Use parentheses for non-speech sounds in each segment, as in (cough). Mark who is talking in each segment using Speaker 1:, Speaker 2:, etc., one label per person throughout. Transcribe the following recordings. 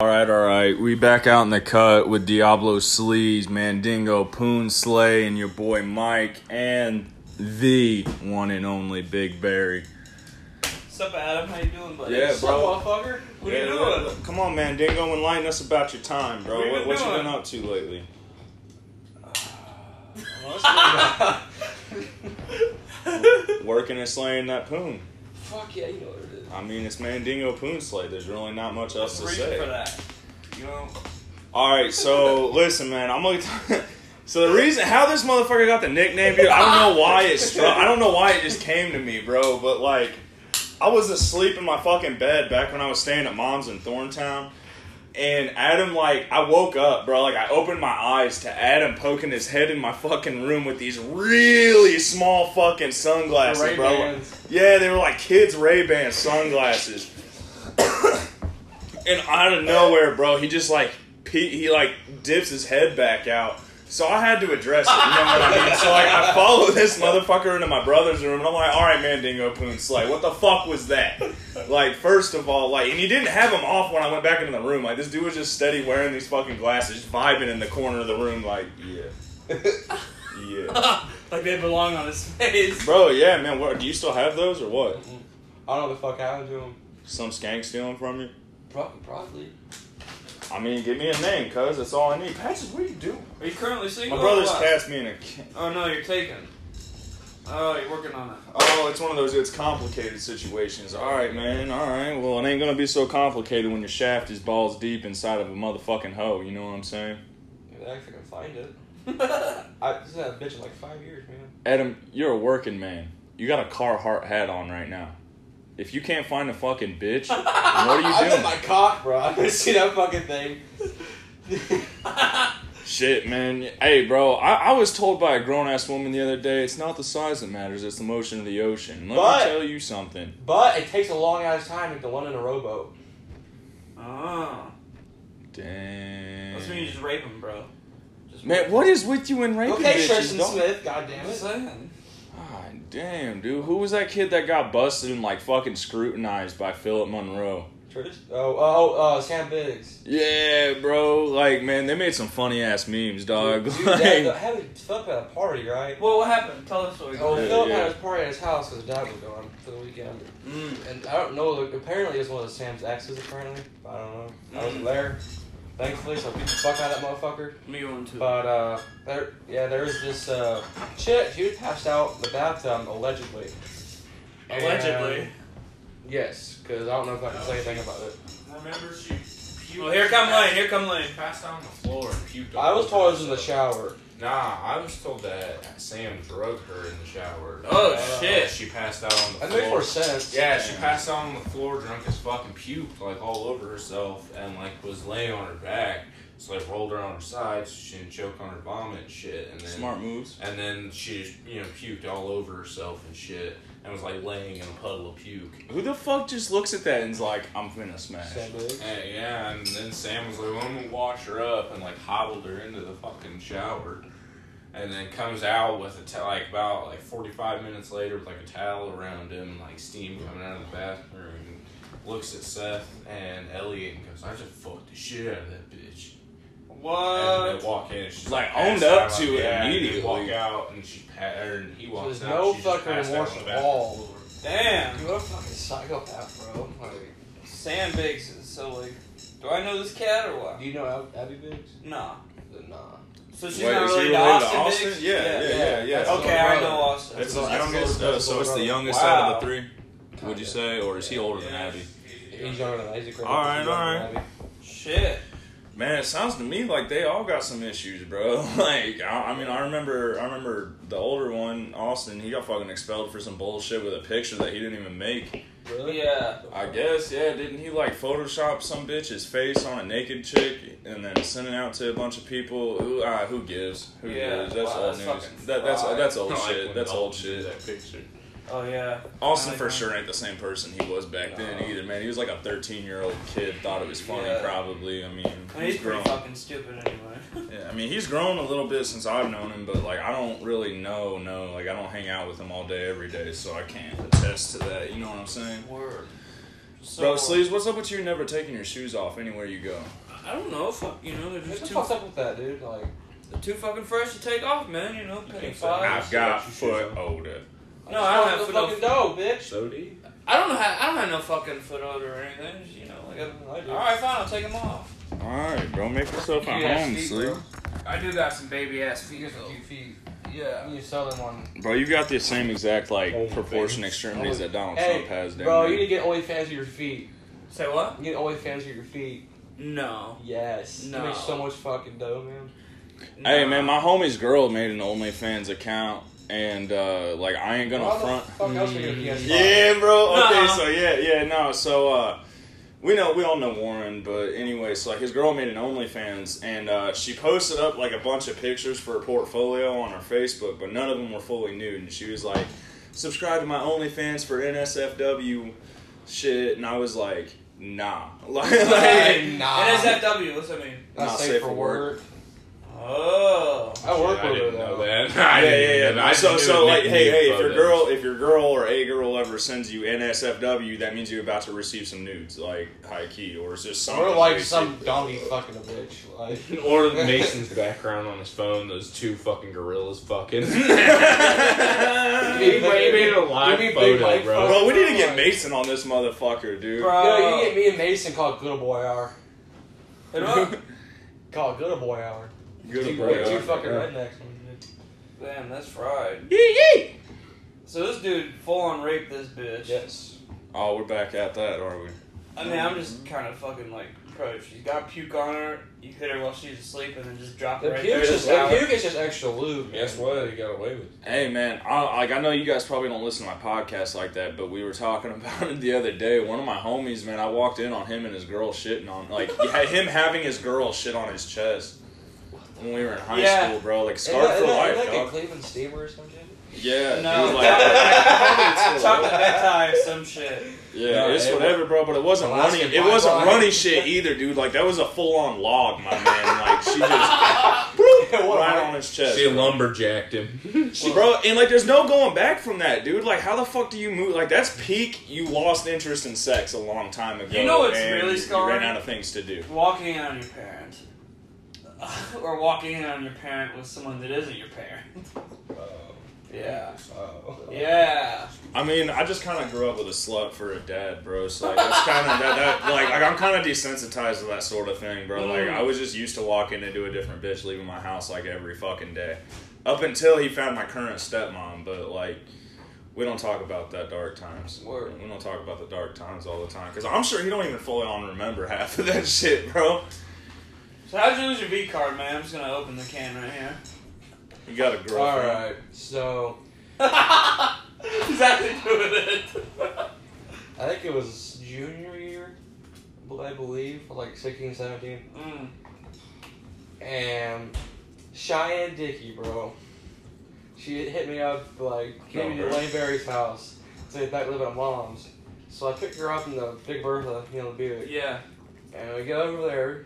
Speaker 1: All right, all right. We back out in the cut with Diablo Sleaze, Mandingo, Poon Slay, and your boy Mike, and the one and only Big Barry.
Speaker 2: What's up, Adam? How you doing, buddy?
Speaker 1: Yeah,
Speaker 2: What's
Speaker 1: bro.
Speaker 2: up, motherfucker? What
Speaker 1: Yeah,
Speaker 2: are you
Speaker 1: what-
Speaker 2: doing?
Speaker 1: Come on, Mandingo, enlighten us about your time, bro.
Speaker 2: What you
Speaker 1: What,
Speaker 2: been
Speaker 1: what you
Speaker 2: doing?
Speaker 1: been up to lately?
Speaker 2: (laughs)
Speaker 1: Working and slaying that Poon.
Speaker 2: Fuck yeah, you know what it is.
Speaker 1: I mean, it's Mandingo Poon Slay. There's really not much else to
Speaker 2: Reach
Speaker 1: say.
Speaker 2: for that. You know,
Speaker 1: All right, so listen, man. I'm like, (laughs) so the reason how this motherfucker got the nickname, dude, I don't know why it struck. I don't know why it just came to me, bro. But like, I was asleep in my fucking bed back when I was staying at mom's in Thorntown, and Adam, like, I woke up, bro. Like, I opened my eyes to Adam poking his head in my fucking room with these really small fucking sunglasses,
Speaker 2: The
Speaker 1: bro.
Speaker 2: Ray-Bans.
Speaker 1: Yeah, they were like kids Ray Ban sunglasses. and out of nowhere, bro, he just like pe- he like dips his head back out. So I had to address it. You know what I mean? So like, I follow this motherfucker into my brother's room, and I'm like, "All right, man, Dingo Poon Slay, what the fuck was that?" Like, first of all, like, and he didn't have him off when I went back into the room. Like, this dude was just steady wearing these fucking glasses, just vibing in the corner of the room, like, yeah, (laughs) yeah,
Speaker 2: (laughs) like they belong on his face.
Speaker 1: bro, yeah, man. What, do you still have those or what?
Speaker 3: I don't know what the fuck happened to him.
Speaker 1: Some skank stealing from you?
Speaker 3: Probably, probably.
Speaker 1: I mean, give me a name, cuz that's all I need. Patches, what do you do?
Speaker 2: Are you currently
Speaker 1: My
Speaker 2: single?
Speaker 1: brother's
Speaker 2: or what?
Speaker 1: passed me in a. ca-
Speaker 2: Oh no, you're taken. Oh, you're working on it.
Speaker 1: Oh, it's one of those it's complicated situations. All right, man. All right. Well, it ain't gonna be so complicated when your shaft is balls deep inside of a motherfucking hoe. You know what I'm saying?
Speaker 3: Maybe I can find
Speaker 2: (laughs)
Speaker 3: it.
Speaker 2: That's
Speaker 3: I this is that bitch in like five years, man.
Speaker 1: Adam, you're a working man. You got a Carhartt hat on right now. If you can't find a fucking bitch,
Speaker 2: (laughs)
Speaker 1: what are you
Speaker 3: (laughs) I bet
Speaker 1: doing?
Speaker 3: my cock, bro. (laughs) I didn't see that fucking thing.
Speaker 2: (laughs)
Speaker 3: (laughs)
Speaker 1: Shit, man. Hey, bro. I, I was told by a grown ass woman the other day, it's not the size that matters; it's the motion of the ocean. Let
Speaker 3: But-
Speaker 1: me tell you something.
Speaker 3: but it takes a long ass time to one in a rowboat.
Speaker 2: oh,
Speaker 1: Damn.
Speaker 2: that's when you just rape him, bro. Just
Speaker 1: Man, what is with you and raping
Speaker 3: okay,
Speaker 1: bitches?
Speaker 3: Tristan
Speaker 1: dog?
Speaker 3: Smith. God
Speaker 2: I'm
Speaker 3: damn
Speaker 2: just
Speaker 3: it.
Speaker 2: saying.
Speaker 1: God Ah, damn, dude. Who was that kid that got busted and like fucking scrutinized by Philip Monroe?
Speaker 3: Tristan. Oh, oh, oh, uh, Sam Biggs.
Speaker 1: Yeah, bro. Like, man, they made some funny ass memes, dog.
Speaker 3: Dude,
Speaker 1: (laughs) like,
Speaker 3: Dad, uh, Had Philip at a party, right?
Speaker 2: Well, what happened? Tell us what we
Speaker 3: Oh,
Speaker 2: got.
Speaker 1: Yeah,
Speaker 3: Philip
Speaker 1: yeah.
Speaker 3: had his party at his house because his dad was gone for the weekend.
Speaker 1: Oh.
Speaker 2: Mm.
Speaker 3: And I don't know. Like, apparently, it was one of Sam's exes. Apparently, I don't know. I wasn't there. Thankfully, so I beat the fuck out of that motherfucker.
Speaker 2: Me going too.
Speaker 3: But uh, there, yeah, there was this uh, chick. She was passed out in the bathtub allegedly. And-
Speaker 2: Allegedly.
Speaker 3: yes, because I don't know if I can say anything about it.
Speaker 4: Remember she
Speaker 2: Well, Oh, here come Lane. Here come Lane.
Speaker 4: passed out on the floor and puked.
Speaker 3: I was
Speaker 4: all
Speaker 3: told it
Speaker 4: over
Speaker 3: was in the
Speaker 4: herself.
Speaker 3: shower.
Speaker 4: Nah, I was told that Sam drug her in the shower.
Speaker 2: Oh,
Speaker 4: Uh,
Speaker 2: shit.
Speaker 4: She passed out on the
Speaker 3: That
Speaker 4: floor.
Speaker 3: makes more sense.
Speaker 4: Yeah, she passed out on the floor, drunk as fuck, and puked like all over herself, and like was laying on her back. So like rolled her on her side, so she didn't choke on her vomit and shit. And then
Speaker 1: Smart moves.
Speaker 4: And then she just you know puked all over herself and shit, and was like laying in a puddle of puke.
Speaker 1: Who the fuck just looks at that and's like, I'm finna smash?
Speaker 3: Sam Biggs.
Speaker 4: And, yeah, and then Sam was like, well, I'm gonna wash her up, and like hobbled her into the fucking shower, and then comes out with a ta- like about like 45 minutes later with like a towel around him, and, like steam coming out of the bathroom, and looks at Seth and Elliot and goes, I just fucked the shit out of that bitch. and
Speaker 2: What?
Speaker 4: they walk in, and she's
Speaker 1: Like,
Speaker 4: passed
Speaker 1: owned up
Speaker 4: out.
Speaker 1: to it
Speaker 4: Yeah, and they
Speaker 1: immediately.
Speaker 4: Walk out, and she pa- or, and he
Speaker 3: So
Speaker 4: walks
Speaker 3: there's
Speaker 4: out.
Speaker 3: no
Speaker 4: she's just
Speaker 3: fucking
Speaker 4: passed out
Speaker 3: remorse
Speaker 4: in the
Speaker 3: at
Speaker 4: bathroom.
Speaker 3: all.
Speaker 2: Damn.
Speaker 3: Dude, what a fucking psychopath, bro. Like,
Speaker 2: Sam Biggs is so like, do I know this cat or what?
Speaker 3: do you know Ab- Abby Biggs?
Speaker 2: Nah.
Speaker 3: Nah.
Speaker 2: So she's
Speaker 1: Wait,
Speaker 2: not
Speaker 1: is he
Speaker 2: related, to
Speaker 1: related
Speaker 2: Austin,
Speaker 1: to Austin?
Speaker 2: Biggs?
Speaker 1: Yeah, yeah, yeah, yeah.
Speaker 3: That's
Speaker 1: Okay,
Speaker 3: his
Speaker 2: Okay, I
Speaker 3: brother.
Speaker 2: know Austin.
Speaker 1: It's his
Speaker 3: That's his
Speaker 1: youngest,
Speaker 3: older
Speaker 1: uh, so it's the
Speaker 3: brother.
Speaker 1: youngest
Speaker 2: Wow.
Speaker 1: out of the three. Would you
Speaker 3: Kinda.
Speaker 1: say, or is he older than
Speaker 4: Yeah.
Speaker 1: Abby?
Speaker 3: He's younger than Isaac. right?
Speaker 1: All right,
Speaker 3: He's younger
Speaker 1: all
Speaker 3: than Abby.
Speaker 2: Shit.
Speaker 1: Man, it sounds to me like they all got some issues, bro. (laughs) Like, I, I mean, I remember, I remember the older one, Austin. He got fucking expelled for some bullshit with a picture that he didn't even make.
Speaker 3: Really?
Speaker 2: Yeah.
Speaker 1: I guess, yeah. Didn't he like Photoshop some bitch's face on a naked chick and then send it out to a bunch of people? Who, ah, who gives? Who
Speaker 2: Yeah,
Speaker 1: gives? That's
Speaker 2: wow,
Speaker 1: old
Speaker 2: that's fucking
Speaker 1: news. That, that's
Speaker 2: fried. (laughs)
Speaker 1: that's
Speaker 4: I
Speaker 1: old
Speaker 4: (laughs) like
Speaker 1: shit.
Speaker 4: when
Speaker 1: That's old
Speaker 4: Dalton did
Speaker 1: shit.
Speaker 4: That picture.
Speaker 2: Oh yeah.
Speaker 1: Austin
Speaker 2: I
Speaker 1: for
Speaker 2: like
Speaker 1: sure ain't the same person he was back then
Speaker 3: No.
Speaker 1: either, man. He was like a 13 year old kid, thought it was funny,
Speaker 2: Yeah.
Speaker 1: probably. I mean,
Speaker 2: I mean, he's pretty fucking stupid
Speaker 1: (laughs)
Speaker 2: anyway.
Speaker 1: Yeah, I mean he's grown a little bit since I've known him, but like I don't really know, no, like I don't hang out with him all day every day, so I can't attest to that. You know what I'm saying?
Speaker 2: Word. So,
Speaker 1: Bro, Sleeves, what's up with you never taking your shoes off anywhere you go?
Speaker 2: I don't know. Fuck, you know, they're
Speaker 3: What
Speaker 2: just
Speaker 3: the
Speaker 2: too,
Speaker 3: fuck's up with that, dude? Like,
Speaker 2: they're too fucking fresh to take off, man. You know, penny
Speaker 4: think so?
Speaker 2: five.
Speaker 4: Nah.
Speaker 1: I've got foot odor.
Speaker 2: No, I don't have
Speaker 3: the
Speaker 2: foot
Speaker 3: fucking dough, bitch.
Speaker 4: So do you.
Speaker 2: I don't know how. I don't have no fucking foot odor or anything. just, You know, like, I-
Speaker 3: I do.
Speaker 2: all right, fine, I'll take them off.
Speaker 1: Alright, bro, make yourself at
Speaker 5: Yeah,
Speaker 1: home,
Speaker 5: feet,
Speaker 1: Sleeve.
Speaker 5: I do got some baby ass feet
Speaker 2: though.
Speaker 5: cute feet. Yeah.
Speaker 3: You sell them on.
Speaker 1: Bro, you got the same exact
Speaker 4: Oh,
Speaker 1: like proportion
Speaker 4: thanks.
Speaker 1: extremities that Donald
Speaker 3: Hey,
Speaker 1: Trump has. damn
Speaker 3: bro,
Speaker 1: near.
Speaker 3: you need to get OnlyFans of your feet.
Speaker 2: Say what?
Speaker 3: You get OnlyFans of your feet.
Speaker 2: No.
Speaker 3: Yes.
Speaker 2: No.
Speaker 3: You make so much fucking dough, man.
Speaker 1: Hey
Speaker 2: Nah.
Speaker 1: man,
Speaker 2: (laughs)
Speaker 1: my homie's girl made an OnlyFans account, and uh, like I ain't gonna
Speaker 3: How the
Speaker 1: front.
Speaker 3: fuck else are you gonna get a
Speaker 1: Yeah, bro. Okay,
Speaker 2: Nuh-uh.
Speaker 1: so yeah, yeah, no. So uh, we know we all know Warren, but anyway, so like his girl made an OnlyFans, and uh, she posted up like a bunch of pictures for her portfolio on her Facebook, but none of them were fully nude, and she was like, "Subscribe to my OnlyFans for NSFW shit," and I was like, "Nah, (laughs) like,
Speaker 3: (laughs)
Speaker 1: like
Speaker 2: Hey,
Speaker 3: Nah.
Speaker 2: NSFW, what's that mean?
Speaker 3: Not, safe, for work.
Speaker 2: Oh.
Speaker 3: I work
Speaker 4: (laughs) I
Speaker 3: with her
Speaker 4: didn't know
Speaker 3: though.
Speaker 4: that.
Speaker 1: yeah, yeah, yeah.
Speaker 4: I
Speaker 1: so,
Speaker 4: just
Speaker 1: so
Speaker 4: knew
Speaker 1: like,
Speaker 4: Nick
Speaker 1: hey,
Speaker 4: Neve
Speaker 1: hey, if your
Speaker 4: photos.
Speaker 1: girl, if your girl or a girl ever sends you NSFW, that means you're about to receive some nudes, like high key, or it's just something.
Speaker 3: We're like
Speaker 1: basic.
Speaker 3: some donkey fucking a bitch. Like,
Speaker 4: (laughs) or
Speaker 3: (laughs)
Speaker 4: Mason's background on his phone, those two fucking gorillas (laughs) fucking. he made, he made a live
Speaker 3: You mean Big
Speaker 4: photo,
Speaker 3: Mike
Speaker 4: bro.
Speaker 1: (laughs) Bro, we need to get Mason on this motherfucker, dude.
Speaker 2: Bro.
Speaker 3: Yo, you get me and Mason called Good Boy Hour.
Speaker 2: Hit
Speaker 3: (laughs)
Speaker 2: 'em up.
Speaker 3: Called Good Boy Hour.
Speaker 1: Good
Speaker 3: two,
Speaker 1: boy.
Speaker 3: two
Speaker 1: Yeah.
Speaker 3: fucking rednecks. man.
Speaker 2: Damn, that's fried.
Speaker 1: Yee, yee.
Speaker 2: So this dude full on raped this bitch.
Speaker 3: Yes.
Speaker 1: Oh, we're back at that, are we?
Speaker 2: I mean, I'm just kind of fucking like, bro, if she's got puke on her, you hit her while she's asleep and then just drop it
Speaker 3: The
Speaker 2: right there.
Speaker 3: puke's just
Speaker 2: in the
Speaker 3: the
Speaker 2: shower.
Speaker 3: puke is just extra lube. man.
Speaker 4: Guess what? He got away with it.
Speaker 1: Hey man, I, like I know you guys probably don't listen to my podcast like that, but we were talking (laughs) about it the other day. One of my homies, man, I walked in on him and his girl shitting on, like yeah, him having his girl shit on his chest when we were in high
Speaker 2: Yeah.
Speaker 1: school, bro. Like
Speaker 3: Isn't
Speaker 1: scarred
Speaker 3: that-
Speaker 1: for
Speaker 3: isn't that-
Speaker 1: life,
Speaker 3: isn't that like a
Speaker 1: dog.
Speaker 3: Cleveland steamer or some shit.
Speaker 1: yeah,
Speaker 2: No.
Speaker 1: he was like,
Speaker 2: (laughs) Chocolate necktie or some shit.
Speaker 1: yeah,
Speaker 4: No,
Speaker 1: it's
Speaker 4: it-
Speaker 1: whatever, bro. But it wasn't
Speaker 3: Alaskan
Speaker 1: running. It wasn't
Speaker 3: bye-bye.
Speaker 1: running shit either, dude. Like that was a full on log, my man. Like she just (laughs)
Speaker 3: What a
Speaker 1: right
Speaker 3: man.
Speaker 1: on his chest.
Speaker 4: She lumberjacked him.
Speaker 1: She, bro, and like, there's no going back from that, dude. Like, how the fuck do you move? Like, that's peak. You lost interest in sex a long time ago.
Speaker 2: You know what's
Speaker 1: and
Speaker 2: really
Speaker 1: you- You
Speaker 2: scarring?
Speaker 1: ran out of things to do.
Speaker 2: Walking in on your parent. (laughs) or walking in on your parent with someone that isn't your parent.
Speaker 3: Oh.
Speaker 2: Yeah.
Speaker 1: Oh.
Speaker 2: Yeah.
Speaker 1: I mean, I just kind of grew up with a slut for a dad, bro. So like, that's kind of that, that. Like, like I'm kind of desensitized to that sort of thing, bro. Like,
Speaker 3: Mm.
Speaker 1: I was just used to walking into a different bitch, leaving my house like every fucking day, up until he found my current stepmom. But like. We don't talk about that dark times.
Speaker 2: Word.
Speaker 1: We don't talk about the dark times all the time because I'm sure he don't even fully on remember half of that (laughs) shit, bro.
Speaker 2: So how'd you lose your V card, man? I'm just gonna open the can right here. (laughs)
Speaker 1: You got a girlfriend.
Speaker 3: All right, so
Speaker 2: exactly (laughs) doing it.
Speaker 3: I think it was junior year, bel- I believe, or like 16, 17.
Speaker 2: mm.
Speaker 3: And Cheyenne Dickey, bro, she hit me up like maybe
Speaker 1: Oh,
Speaker 3: to
Speaker 1: her?
Speaker 3: Lane Berry's house. So they back live at my mom's. So I picked her up in the Big Bertha, you know, the Buick.
Speaker 2: Yeah.
Speaker 3: And we go over there,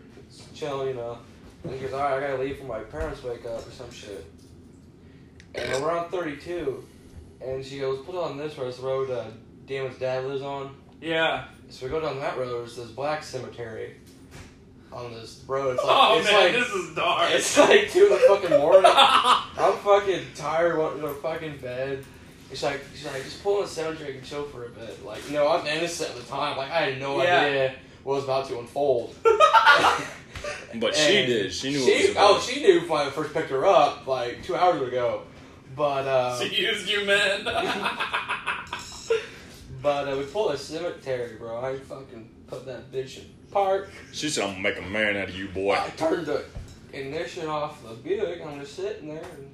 Speaker 3: chill, you know. And he goes, all right, I gotta leave for my parents wake up or some shit. And we're on 32, and she goes, put on this road, it's the road uh, Damon's dad lives on.
Speaker 2: Yeah.
Speaker 3: So we go down that road, there's this black cemetery on this road. It's like,
Speaker 2: oh
Speaker 3: it's
Speaker 2: man,
Speaker 3: like,
Speaker 2: this is dark. (laughs)
Speaker 3: it's um, like 2 in the fucking morning. I'm fucking tired, wanting to fucking bed. She's like, she's like, just pull in the cemetery and chill for a bit. Like, you know, I'm innocent at the time. Like, I had no
Speaker 2: Yeah.
Speaker 3: idea what was about to unfold.
Speaker 1: But she
Speaker 3: And
Speaker 1: did. She knew
Speaker 3: She,
Speaker 1: it was about.
Speaker 3: oh, she knew when I first picked her up, like two hours ago. But uh,
Speaker 2: She used you, man. (laughs)
Speaker 3: but uh, we pulled a cemetery, bro. I fucking put that bitch in park.
Speaker 1: she said, "I'm gonna make a man out of you, boy."
Speaker 3: (laughs) I turned the ignition off the Buick. I'm just sitting there, and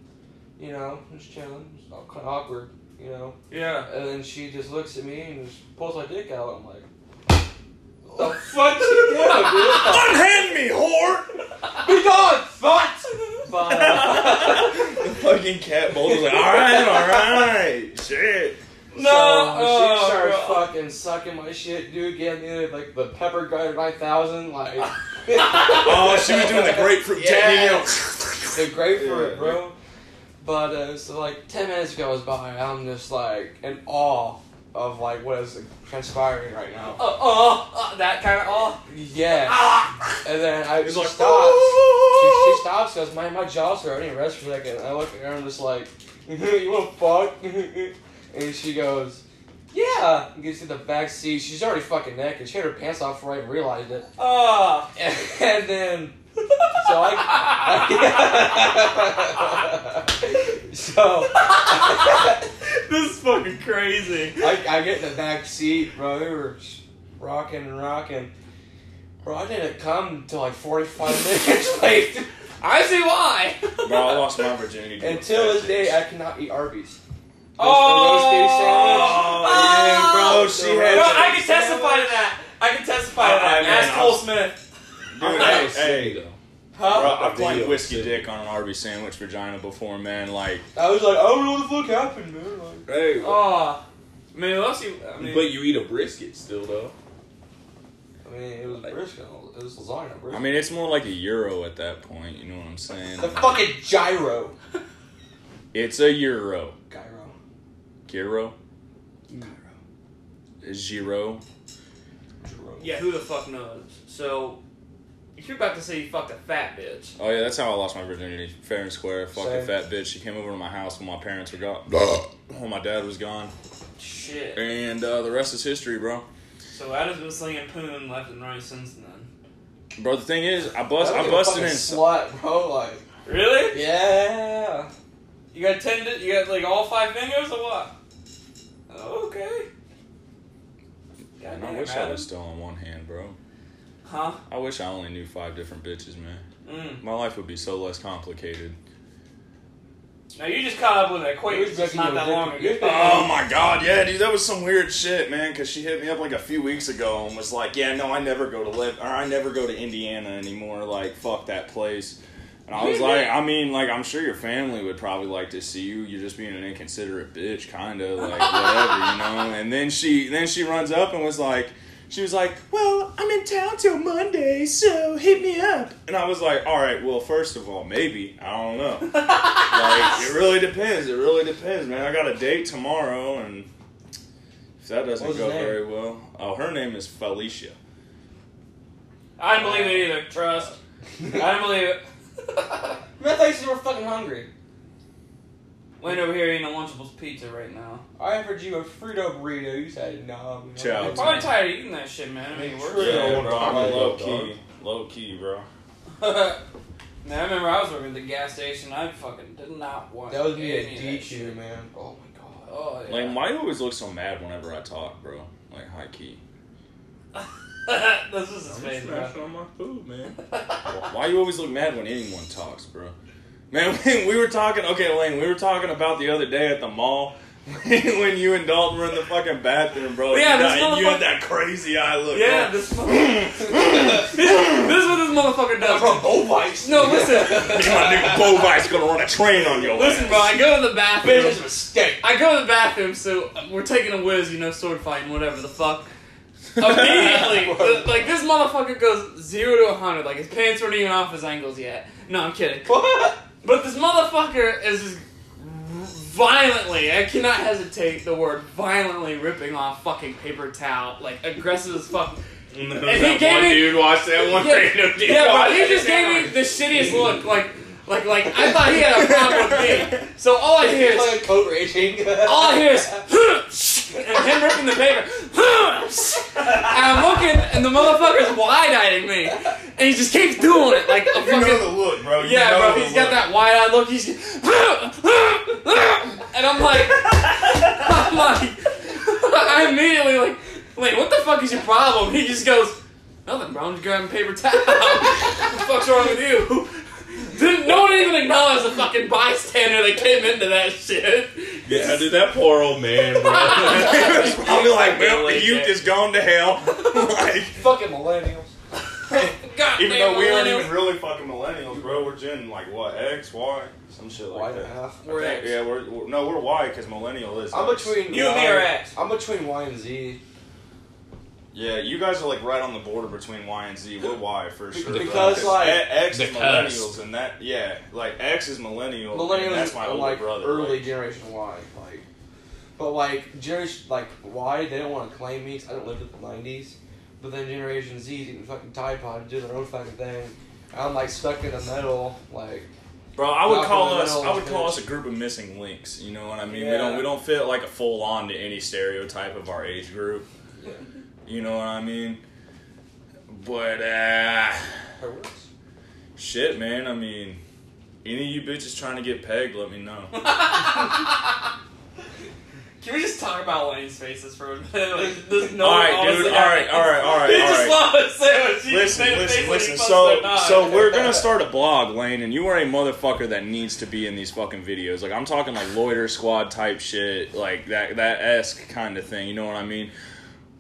Speaker 3: you know, just chilling, just all kind of awkward, you know. (laughs)
Speaker 2: yeah.
Speaker 3: And then she just looks at me and just pulls my dick out. I'm like,
Speaker 2: The fuck you
Speaker 1: Unhand me, whore!
Speaker 3: be gone, fuck. But uh,
Speaker 1: the fucking cat bolt was like, "All right, all right, shit."
Speaker 2: No,
Speaker 3: So,
Speaker 2: oh,
Speaker 3: she starts
Speaker 2: bro.
Speaker 3: fucking sucking my shit, dude. Gave me like the pepper grinder by thousand, like
Speaker 1: Oh, she was doing the grapefruit
Speaker 3: Yes.
Speaker 1: technique.
Speaker 3: the grapefruit,
Speaker 1: Yeah.
Speaker 3: bro. But uh, so like ten minutes goes by, I'm just like in awe of like what is transpiring right now.
Speaker 2: Oh, oh, oh, that kind of oh.
Speaker 3: Yeah,
Speaker 2: Ah.
Speaker 3: and then I
Speaker 1: He's
Speaker 3: she
Speaker 1: like,
Speaker 3: stops. She,
Speaker 2: (laughs)
Speaker 3: she stops. Goes, my my jaw's hurting. Rest for a second. And I look at her. and I'm just like, (laughs) you want to fuck? (laughs) and she goes, yeah. And gets to the back seat. She's already fucking naked. She had her pants off before I even realized it.
Speaker 2: Oh.
Speaker 3: And, and then so
Speaker 2: (laughs)
Speaker 3: I. (laughs) so
Speaker 2: this is fucking crazy.
Speaker 3: I, I get in the back seat, bro. They were sh- rocking and rocking. Bro, I didn't come until like 45 (laughs) minutes late.
Speaker 2: I see why.
Speaker 1: Bro,
Speaker 2: (laughs)
Speaker 1: I lost my virginity. doing
Speaker 3: Until this
Speaker 1: that
Speaker 3: day,
Speaker 1: shit.
Speaker 3: I cannot eat Arby's. Roast- a roast beef
Speaker 2: Oh.
Speaker 3: sandwich.
Speaker 1: Oh, yeah, bro, she
Speaker 2: Bro,
Speaker 1: had.
Speaker 2: I can testify to that. I can testify to that.
Speaker 1: I- I-
Speaker 2: Ask
Speaker 1: man,
Speaker 2: Cole
Speaker 1: I'll-
Speaker 2: Smith.
Speaker 1: Dude,
Speaker 4: Hey,
Speaker 1: hey, hey,
Speaker 4: though.
Speaker 2: Huh?
Speaker 1: bro, I
Speaker 4: The
Speaker 1: played
Speaker 4: deal.
Speaker 1: whiskey dick on an Arby's sandwich vagina before, man. Like,
Speaker 3: I was like, I don't know what the fuck happened, man. Like,
Speaker 4: Hey.
Speaker 2: Oh. I mean, unless you. I mean,
Speaker 4: but you eat a brisket still though.
Speaker 3: I mean, it was brisket. It was lasagna, brisket.
Speaker 1: I mean, it's more like a euro at that point. You know what I'm saying?
Speaker 3: the fucking gyro.
Speaker 1: It's a euro.
Speaker 3: Gyro.
Speaker 1: Gyro.
Speaker 3: Gyro.
Speaker 1: Giro.
Speaker 3: Gyro.
Speaker 2: yeah, who the fuck knows? So, if you're about to say you fucked a fat bitch.
Speaker 1: Oh yeah, that's how I lost my virginity. Fair and square. Fucking
Speaker 3: Same.
Speaker 1: fat bitch. She came over to my house when my parents were gone. when my dad was gone,
Speaker 2: Shit.
Speaker 1: and uh, the rest is history, bro.
Speaker 2: So Adam's been slinging poon left and right since then.
Speaker 1: Bro, the thing is, I
Speaker 3: I
Speaker 1: bust.
Speaker 3: don't
Speaker 1: I
Speaker 3: give a
Speaker 1: busted
Speaker 3: fucking
Speaker 1: in.
Speaker 3: Slut, bro. Like,
Speaker 2: Really?
Speaker 3: (laughs) yeah.
Speaker 2: You got ten? di- You got like all five fingers or what? Okay.
Speaker 1: Man, I
Speaker 2: Goddamn,
Speaker 1: wish I
Speaker 2: Adam.
Speaker 1: was still on one hand, bro.
Speaker 2: Huh?
Speaker 1: I wish I only knew five different bitches, man.
Speaker 2: Mm.
Speaker 1: My life would be so less complicated.
Speaker 2: Now you just caught up with an
Speaker 3: You're
Speaker 2: acquaintance just
Speaker 3: drinking your
Speaker 2: not that long
Speaker 3: dick-
Speaker 2: ago.
Speaker 1: (laughs)
Speaker 3: you're
Speaker 1: Oh my god, yeah, dude, that was some weird shit, man. Because she hit me up like a few weeks ago and was like, "Yeah, no, I never go to live, or I never go to Indiana anymore. Like, fuck that place." And I was like, "I mean, like, I'm sure your family would probably like to see you. You're just being an inconsiderate bitch, kind of like whatever, you know." And then she, then she runs up and was like. She was like, "Well, I'm in town till Monday, so hit me up." And I was like, "All right, well, first of all, maybe I don't know. like, it really depends. It really depends, man. I got a date tomorrow, and if that doesn't
Speaker 3: What's
Speaker 1: go
Speaker 3: his name?
Speaker 1: very well, oh, her name is Felicia.
Speaker 2: (laughs) I don't believe it either. Trust. I don't believe it.
Speaker 3: (laughs) Man, I thought you said you were fucking hungry.
Speaker 2: Went over here eating a Lunchables pizza right now.
Speaker 3: I offered you a Frito burrito. You said no. I'm not."
Speaker 1: Ciao.
Speaker 2: I'm probably tired of eating that shit, man. I mean,
Speaker 3: Yeah,
Speaker 2: we're
Speaker 1: Yeah,
Speaker 3: I
Speaker 1: bro,
Speaker 3: wanna
Speaker 1: I'm
Speaker 3: buy that
Speaker 1: low
Speaker 3: dog.
Speaker 1: key, low key, bro.
Speaker 2: (laughs) Now I remember I was working at the gas station. I fucking did not want.
Speaker 3: That would be a
Speaker 2: any of that shit.
Speaker 3: DQ, man. Oh my god.
Speaker 2: Oh yeah.
Speaker 1: Like, Mike always looks so mad whenever I talk, bro. Like, high key.
Speaker 2: (laughs) this is his face, bro.
Speaker 4: on my food, man.
Speaker 2: (laughs)
Speaker 1: Why you always look mad when anyone talks, bro? Man, (laughs) we, we were talking. Okay, Lane, we were talking about the other day at the mall (laughs) when you and Dalton were in the fucking bathroom, bro.
Speaker 2: Yeah,
Speaker 1: you,
Speaker 2: this
Speaker 1: got- you
Speaker 2: motherfucker-
Speaker 1: had that crazy eye look.
Speaker 2: Yeah,
Speaker 1: bro. (laughs)
Speaker 2: this. (laughs) mother- this, this is what this motherfucker does.
Speaker 3: Bovice.
Speaker 2: No, (laughs) listen,
Speaker 1: Think my nigga Bovi's gonna run a train on your
Speaker 2: listen, bro. I go to the bathroom.
Speaker 3: Biggest mistake.
Speaker 2: I go to the bathroom, so we're taking a whiz, you know, sword fighting, whatever the fuck.
Speaker 4: (laughs)
Speaker 2: Immediately, the- like this motherfucker goes zero to a hundred, like his pants weren't even off his ankles yet. No, I'm kidding.
Speaker 3: What?
Speaker 2: But this motherfucker is just violently, I cannot hesitate the word violently ripping off fucking paper towel, like aggressive as fuck.
Speaker 1: And
Speaker 2: he gave me-
Speaker 1: watched that
Speaker 2: yeah, bro, he just gave me the shittiest look, like, like, like I thought he had a problem with me. So all I hear
Speaker 3: You're
Speaker 2: is.
Speaker 3: like code raging.
Speaker 2: All (laughs) I hear is and him ripping the paper. (laughs) and I'm looking, and the motherfucker's wide-eyed at me, and he just keeps doing it like a
Speaker 1: You know
Speaker 2: (laughs) fucking
Speaker 1: the look, bro. Oh, You
Speaker 2: yeah,
Speaker 1: know
Speaker 2: bro.
Speaker 1: the
Speaker 2: He's got
Speaker 1: look.
Speaker 2: that wide-eyed look. He's (laughs) and I'm like, I'm like, (laughs) I immediately like, wait, what the fuck is your problem? He just goes, nothing, bro. I'm just grabbing paper towel. (laughs) what the fuck's wrong with you? Didn't, no one even acknowledged the fucking bystander that came into that shit. (laughs)
Speaker 4: Yeah, dude, that poor old man, bro.
Speaker 1: (laughs) I'll be like, well,
Speaker 2: Really
Speaker 1: the youth
Speaker 2: gay.
Speaker 1: is gone to hell. (laughs) like,
Speaker 3: (laughs) fucking millennials.
Speaker 2: God
Speaker 1: even
Speaker 2: damn
Speaker 1: though we aren't
Speaker 2: millennials.
Speaker 1: even really fucking millennials, bro. We're gen like what X, Y, some shit like
Speaker 3: Why
Speaker 1: that.
Speaker 3: and a half?
Speaker 2: We're
Speaker 1: Yeah,
Speaker 2: X.
Speaker 1: yeah, we're, we're no, we're Y because millennial is.
Speaker 3: I'm
Speaker 1: X.
Speaker 3: between
Speaker 2: You
Speaker 3: y,
Speaker 2: and me are X.
Speaker 3: I'm between Y and Z
Speaker 1: Yeah, you guys are like right on the border between Y and Z. We're Y for
Speaker 3: Be-
Speaker 1: sure.
Speaker 3: because,
Speaker 1: bro.
Speaker 3: like-
Speaker 1: E- X is
Speaker 4: The
Speaker 1: millennials and that yeah, like X is millennial. and
Speaker 3: millennials
Speaker 1: that's my
Speaker 3: are
Speaker 1: older
Speaker 3: like
Speaker 1: brother.
Speaker 3: early
Speaker 1: like-
Speaker 3: generation Y. Like,
Speaker 6: But like Jerry's, like why they don't want to claim me? 'cause I don't live in the '90s. But then Generation Z eating fucking Tide Pod and do their own fucking thing. I'm like stuck in the middle, like
Speaker 1: Bro, I would
Speaker 6: Malcolm
Speaker 1: call
Speaker 6: in the
Speaker 1: us
Speaker 6: Middle
Speaker 1: I would
Speaker 6: is
Speaker 1: call
Speaker 6: good.
Speaker 1: us a group of missing links. You know what I mean? We
Speaker 6: Yeah.
Speaker 1: don't we don't fit like a full on to any stereotype of our age group.
Speaker 6: Yeah.
Speaker 1: You know what I mean? But uh
Speaker 6: her words.
Speaker 1: shit man, I mean any of you bitches trying to get pegged, let me know.
Speaker 2: Can we just talk about Lane's faces for a minute?
Speaker 1: (laughs)
Speaker 2: Like, there's no
Speaker 1: all right,
Speaker 2: honestly,
Speaker 1: dude. All right, all right, all right.
Speaker 2: He
Speaker 1: all
Speaker 2: just
Speaker 1: right.
Speaker 2: loves a sandwich. He just
Speaker 1: Listen,
Speaker 2: made a
Speaker 1: listen,
Speaker 2: face when he
Speaker 1: listen.
Speaker 2: fucks
Speaker 1: So,
Speaker 2: their dog.
Speaker 1: so we're gonna start a blog, Lane, and you are a motherfucker that needs to be in these fucking videos. Like I'm talking like loiter squad type shit, like that that esque kind of thing. You know what I mean?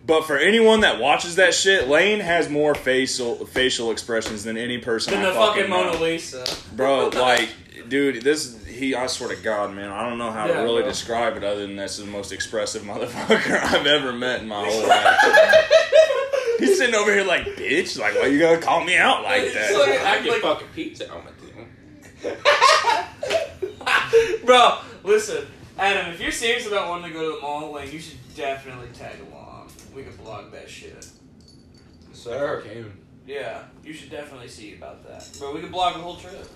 Speaker 1: But for anyone that watches that shit, Lane has more facial facial expressions than any person.
Speaker 2: Then
Speaker 1: I
Speaker 2: the fucking
Speaker 1: know.
Speaker 2: Mona Lisa.
Speaker 1: bro. Like, dude, this he. I swear to God, man, I don't know how to
Speaker 2: Yeah,
Speaker 1: really
Speaker 2: bro.
Speaker 1: describe it other than that's the most expressive (laughs) motherfucker I've ever met in my
Speaker 2: (laughs)
Speaker 1: whole life. He's sitting over here like, bitch, like, why you gotta call me out like
Speaker 2: It's
Speaker 1: that?
Speaker 2: like-
Speaker 4: I
Speaker 2: Like-
Speaker 4: get fucking pizza on my team.
Speaker 2: (laughs) Bro, listen, Adam, if you're serious about wanting to go to the mall, like you should definitely tag along. We can blog that shit.
Speaker 6: Sir.
Speaker 2: Yeah, you should definitely see about that. But we can blog the whole trip.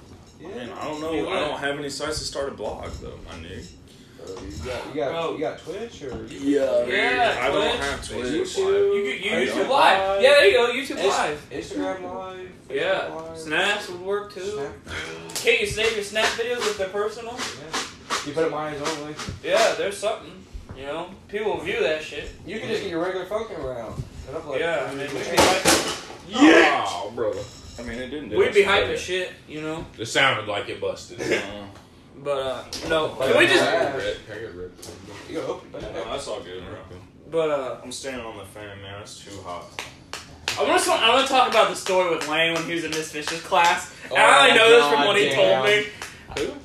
Speaker 1: Man, I don't know.
Speaker 2: You
Speaker 1: I don't
Speaker 2: what?
Speaker 1: have any sites to start a blog though, my nigga.
Speaker 6: Uh, You got, you got,
Speaker 2: Bro.
Speaker 6: you got Twitch or
Speaker 1: Yeah,
Speaker 2: Yeah,
Speaker 1: I don't
Speaker 2: Twitch,
Speaker 1: have Twitch.
Speaker 6: YouTube.
Speaker 2: You could you
Speaker 1: I
Speaker 2: YouTube
Speaker 1: don't-
Speaker 2: live. Yeah, there you go, YouTube
Speaker 6: Inst-
Speaker 2: live.
Speaker 6: Instagram Live. Facebook
Speaker 2: Yeah,
Speaker 6: Live,
Speaker 2: snaps would work too.
Speaker 6: Snap.
Speaker 2: Can't you save your snap videos if they're personal?
Speaker 6: You put it mine only.
Speaker 2: Yeah, there's something. You know, people will view that shit.
Speaker 6: You can just get your regular phone camera out. And upload
Speaker 2: Yeah, I mean,
Speaker 6: it.
Speaker 2: we'd be hype,
Speaker 1: Yeah.
Speaker 4: Oh, bro.
Speaker 1: I mean, it didn't. do
Speaker 2: we'd be
Speaker 1: us,
Speaker 2: hype
Speaker 1: but- (laughs)
Speaker 2: as shit, you know.
Speaker 4: It sounded like it busted.
Speaker 1: No,
Speaker 2: But uh, no,
Speaker 6: But
Speaker 2: can we just?
Speaker 6: that-
Speaker 4: That's
Speaker 6: You gotta open it.
Speaker 4: (laughs)
Speaker 1: no, that's all good, bro.
Speaker 2: But uh.
Speaker 1: I'm standing on the fan, man. It's too hot.
Speaker 2: I want to. I want to talk about the story with Lane when he was in Miss Fisher's class. and I only know this from what he told me.
Speaker 4: Who?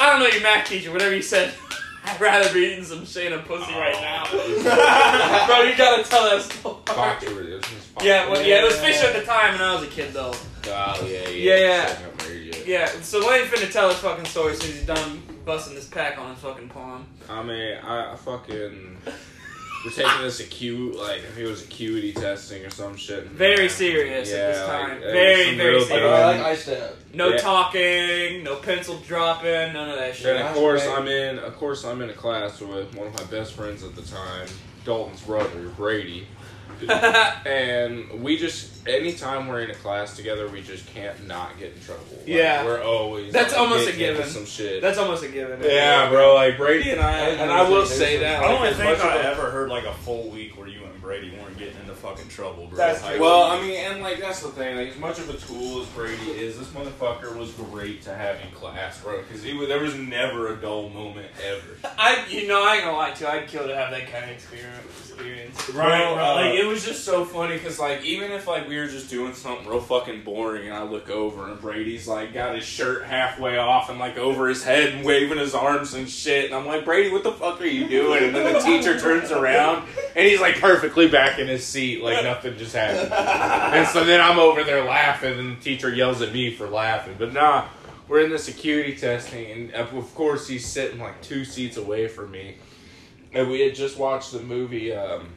Speaker 2: I don't know your math teacher. Whatever you said, (laughs) I'd rather be eating some shit and pussy right
Speaker 3: Oh. (laughs)
Speaker 2: now, bro. You gotta tell that story. Yeah, well, yeah. It was Fisher at the time, and I was a kid though.
Speaker 4: Oh, yeah, yeah.
Speaker 2: Yeah, yeah.
Speaker 4: She's not married yet.
Speaker 2: Yeah. So Lane finna tell his fucking story since he's done busting this pack on his fucking palm.
Speaker 4: I mean, I I fucking. We're taking this acute, like, I think it was acuity testing or some shit.
Speaker 2: Very serious at this
Speaker 4: Yeah, like,
Speaker 2: time.
Speaker 4: uh,
Speaker 2: very,
Speaker 4: some
Speaker 2: very
Speaker 4: real
Speaker 2: serious.
Speaker 6: Like, I like I step.
Speaker 2: No
Speaker 4: Yeah.
Speaker 2: talking. No pencil dropping. None of that shit.
Speaker 4: And of course, I'm in. Of course, I'm in a class with one of my best friends at the time, Dalton's brother,
Speaker 2: (laughs)
Speaker 4: Brady. and we just anytime we're in a class together, we just can't not get in trouble. Like,
Speaker 2: Yeah.
Speaker 4: we're always
Speaker 2: That's
Speaker 4: like,
Speaker 2: almost a
Speaker 4: getting into
Speaker 2: given.
Speaker 4: Some shit.
Speaker 2: That's almost a given.
Speaker 4: yeah, bro. Like Brady and I,
Speaker 6: I
Speaker 4: and I will
Speaker 6: think
Speaker 4: say
Speaker 6: there's
Speaker 4: that.
Speaker 1: I don't
Speaker 4: like,
Speaker 1: even
Speaker 4: as
Speaker 1: think
Speaker 4: much
Speaker 1: I
Speaker 4: of a-
Speaker 1: ever heard like a full week where you and Brady weren't getting into fucking trouble, bro.
Speaker 2: That's
Speaker 1: Like,
Speaker 4: Well, I mean, and like that's the thing. Like as much of a tool as Brady is, this motherfucker was great to have in class, bro. Because he was, there was never a dull moment ever.
Speaker 2: I, you know, I ain't gonna lie to you. I'd kill to have that kind of experience.
Speaker 4: (laughs)
Speaker 2: experience. (laughs)
Speaker 1: Right,
Speaker 4: Bro,
Speaker 1: right.
Speaker 4: Like it was just so funny because like even if like we were just doing something real fucking boring and I look over and Brady's like got his shirt halfway off and like over his head and waving his arms and shit and I'm like Brady, what the fuck are you doing? And then the teacher turns around and he's like perfectly back in his seat like nothing just happened. And so then I'm over there laughing and the teacher yells at me for laughing, but nah. We're in this acuity testing, and of course he's sitting like two seats away from me. And we had just watched the movie, um,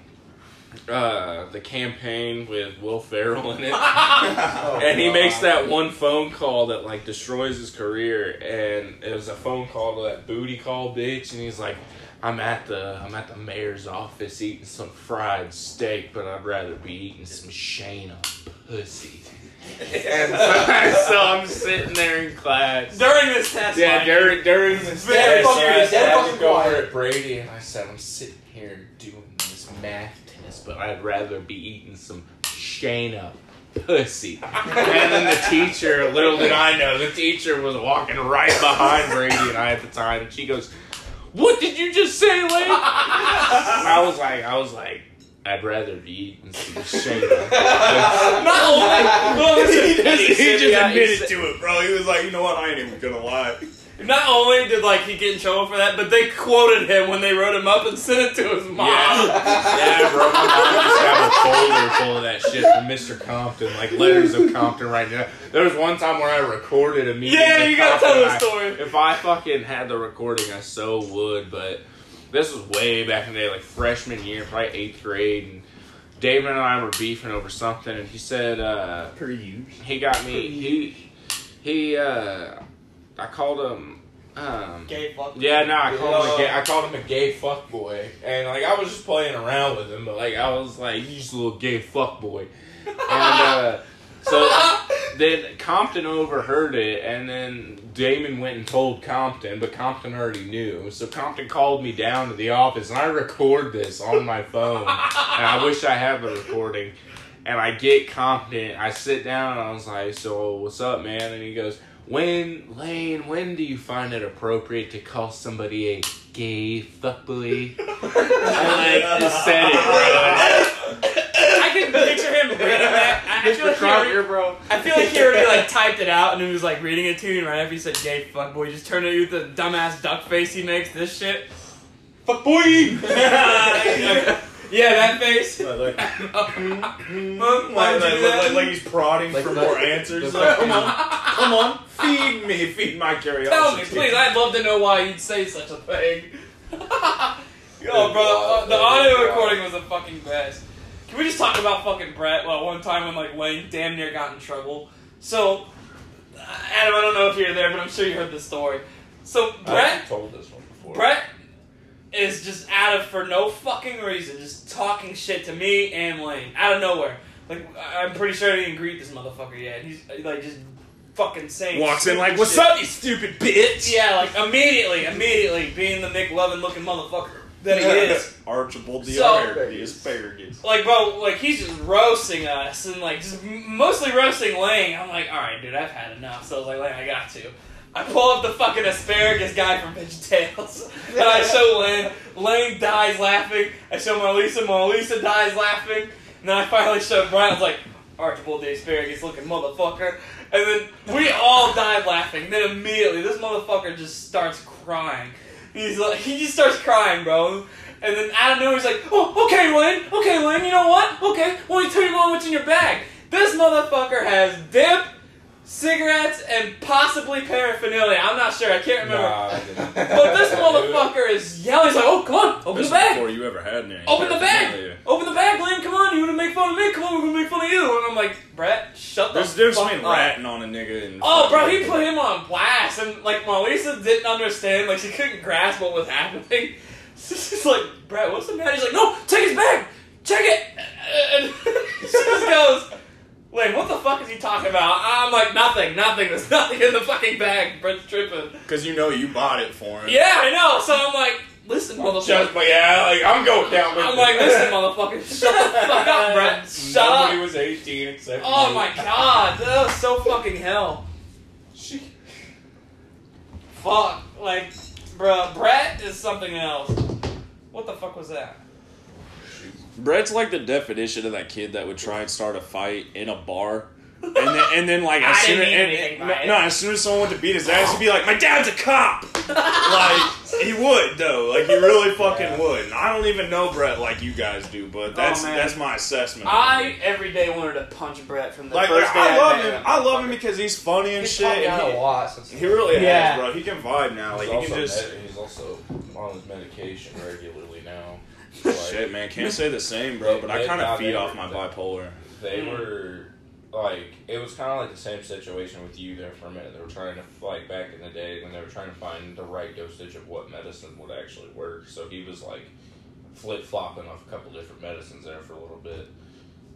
Speaker 4: uh, the campaign with Will Ferrell in it,
Speaker 6: Oh,
Speaker 4: and he
Speaker 6: God.
Speaker 4: makes that one phone call that like destroys his career. And it was a phone call to that booty call bitch, and he's like, "I'm at the I'm at the mayor's office eating some fried steak, but I'd rather be eating some Shayna pussy." and (laughs) so, so I'm sitting there in class.
Speaker 2: During this test,
Speaker 4: Yeah,
Speaker 2: like,
Speaker 4: during during this
Speaker 6: Very
Speaker 4: very
Speaker 6: serious.
Speaker 4: serious.
Speaker 6: Dead
Speaker 4: I
Speaker 6: fucking
Speaker 4: looked over
Speaker 6: quiet.
Speaker 4: at Brady and I said, I'm sitting here doing this math test, but I'd rather be eating some Shayna pussy. (laughs) and then the teacher, little did I know, the teacher was walking right behind Brady and I at the time, and she goes, "What did you just say, Lane?"
Speaker 6: (laughs)
Speaker 4: And I was like, I was like. I'd rather be eating
Speaker 6: (laughs)
Speaker 4: some Shayna. pussy."
Speaker 2: (laughs) not only,
Speaker 1: (laughs)
Speaker 2: well, (laughs)
Speaker 4: (laughs)
Speaker 1: he
Speaker 2: listen,
Speaker 1: just, he
Speaker 4: said,
Speaker 1: just
Speaker 4: yeah, he
Speaker 1: admitted
Speaker 4: said-
Speaker 1: to it, bro. He was like, you know what? I ain't even gonna lie.
Speaker 2: not only did like he get in trouble for that, but they quoted him when they wrote him up and sent it to his mom.
Speaker 4: Yeah, bro. My mom just have a folder full of that shit from Mr. Compton, like letters of Compton right now. There was one time where I recorded a meeting.
Speaker 2: Yeah,
Speaker 4: with
Speaker 2: you gotta
Speaker 4: Compton,
Speaker 2: tell
Speaker 4: and
Speaker 2: the
Speaker 4: I-
Speaker 2: story.
Speaker 4: If I fucking had the recording, I so would, but This was way back in the day, like freshman year, probably eighth grade, and David and I were beefing over something, and he said uh,
Speaker 1: Per (laughs) use.
Speaker 4: he got me. He he. Uh, I called him. Um,
Speaker 7: Gay fuck.
Speaker 4: yeah, no, I called him a
Speaker 7: Oh.
Speaker 6: (laughs)
Speaker 4: gay, I called him a gay fuck boy, and like I was just playing around with him, but like I was like, you just a little gay fuck boy, and uh, so then Compton overheard it, and then Damon went and told Compton, but Compton already knew, so Compton called me down to the office, and I record this on my phone, and I wish I had the recording. And I get Compton. I sit down and I was like, "So what's up, man?" And he goes, when, Lane, when do you find it appropriate to call somebody a gay
Speaker 1: (laughs)
Speaker 4: fuckboy? I like just said it, bro.
Speaker 2: I can picture him reading that. I, I feel
Speaker 4: Mr.
Speaker 2: like he already,
Speaker 4: Crocker, bro.
Speaker 2: I feel like he already like typed it out and he was like reading it to you. And right after he said "gay fuckboy," he just turned to you with the dumbass duck face he makes. This shit.
Speaker 4: (laughs) Fuckboy!
Speaker 2: yeah, that face.
Speaker 1: Like, like, like,
Speaker 2: Mom, why would you do that?
Speaker 1: like- like he's prodding
Speaker 6: Like
Speaker 1: for
Speaker 6: the-
Speaker 1: more answers.
Speaker 6: the
Speaker 1: Like,
Speaker 6: fucking-
Speaker 1: come on, come on, feed me, feed my curiosity.
Speaker 2: Tell me, please. I'd love to know why you'd say such a thing. (laughs) Yo, bro, uh,
Speaker 4: God,
Speaker 2: the, the
Speaker 4: oh,
Speaker 2: audio
Speaker 4: God.
Speaker 2: recording was the fucking best. Can we just talk about fucking Brett? Well, one time when like Wayne damn near got in trouble. So, uh, Adam, I don't know if you're there, but I'm sure you heard this story. So
Speaker 3: Uh,
Speaker 2: Brett,
Speaker 4: I've told this one before.
Speaker 2: Brett is just out of for no fucking reason, just talking shit to me and Lane out of nowhere. Like I- I'm pretty sure I didn't greet this motherfucker yet. He's uh, like just fucking saying.
Speaker 1: Walks in
Speaker 2: stupid
Speaker 1: like, what's
Speaker 2: shit.
Speaker 1: up, you stupid bitch?
Speaker 2: Yeah, like immediately, immediately being the McLovin looking motherfucker that he is.
Speaker 1: Archibald the
Speaker 2: So-
Speaker 1: Asparagus. Asparagus.
Speaker 2: Like, bro, like he's just roasting us and like just m- mostly roasting Lang. I'm like, all right, dude, I've had enough. So I was like, Lang, I got to. I pull up the fucking asparagus guy from VeggieTales, and I show Lang. Lang dies laughing. I show Mona Lisa. Mona Lisa dies laughing. And then I finally show Brian. I was like, Archibald the asparagus looking motherfucker. And then we all died laughing. Then immediately this motherfucker just starts crying. He's like, he just starts crying, bro. And then out of nowhere he's like, oh, okay, Lynn, okay, Lynn, you know what? Okay, let me tell you what's in your bag. This motherfucker has dip, cigarettes, and possibly paraphernalia. I'm not sure. I can't remember.
Speaker 4: Nah, I didn't.
Speaker 2: But this motherfucker is yelling. He's like, oh, come on, open
Speaker 1: This
Speaker 2: the
Speaker 1: is
Speaker 2: bag.
Speaker 1: before you ever had any.
Speaker 2: Open the
Speaker 1: paraphernalia.
Speaker 2: bag! Open the bag, Lynn! Come on, you wanna make fun of me? Come on, we're gonna make fun of you! And I'm like, Brett, shut the
Speaker 1: There's a difference
Speaker 2: fuck
Speaker 1: between
Speaker 2: up.
Speaker 1: ratting on a nigga and.
Speaker 2: Oh, bro, he put him on blast, and like, Melissa didn't understand, like, she couldn't grasp what was happening. (laughs) So she's like, Brett, what's the matter? He's like, no, take his bag! Check it! And (laughs) she just goes, Lynn, what the fuck is he talking about? I'm like, nothing, nothing, there's (laughs) nothing in the fucking bag. Brett's tripping.
Speaker 1: Because you know you bought it for him.
Speaker 2: Yeah, I know, so I'm like, listen, motherfucker.
Speaker 4: Just, but yeah, like I'm going down with
Speaker 2: I'm
Speaker 4: it.
Speaker 2: like, listen, motherfucker, shut the fuck up, Brett. Shut
Speaker 4: Nobody
Speaker 2: up.
Speaker 4: was 18 except
Speaker 2: Oh
Speaker 4: me.
Speaker 2: my god, that was so fucking hell.
Speaker 4: She,
Speaker 2: Fuck, like, bruh, Brett is something else. What the fuck was that?
Speaker 1: Brett's like the definition of that kid that would try and start a fight in a bar. And then, and then
Speaker 2: (laughs)
Speaker 1: like, as
Speaker 2: I
Speaker 1: soon as,
Speaker 2: didn't mean
Speaker 1: and-
Speaker 2: anything by
Speaker 1: no,
Speaker 2: it.
Speaker 1: no, as soon as someone went to beat his ass, he'd be like, "My dad's a cop." like he would though, like he
Speaker 2: (laughs)
Speaker 1: really fucking would. And I don't even know Brett like you guys do, but that's
Speaker 2: Oh, man.
Speaker 1: that's my assessment. of
Speaker 2: I
Speaker 1: him.
Speaker 2: every day wanted to punch Brett from the
Speaker 1: like
Speaker 2: first day.
Speaker 1: I love
Speaker 2: met
Speaker 1: him. I love him because he's funny and
Speaker 6: He's
Speaker 1: shit.
Speaker 6: shit. out a
Speaker 1: And
Speaker 6: lot since
Speaker 1: he, he really
Speaker 2: Yeah.
Speaker 1: has, bro. He can vibe now. Like
Speaker 4: he's,
Speaker 1: he
Speaker 4: also
Speaker 1: can just.
Speaker 4: med- he's also on his medication regularly now. Like,
Speaker 1: Shit, man, can't say the same, bro. But I
Speaker 4: They-
Speaker 1: kind
Speaker 4: they-
Speaker 1: of feed off
Speaker 4: they-
Speaker 1: my bipolar.
Speaker 4: they
Speaker 2: Mhm.
Speaker 4: were like it was kind of like the same situation with you there for a minute. They were trying to like back in the day when they were trying to find the right dosage of what medicine would actually work. So he was like flip flopping off a couple different medicines there for a little bit,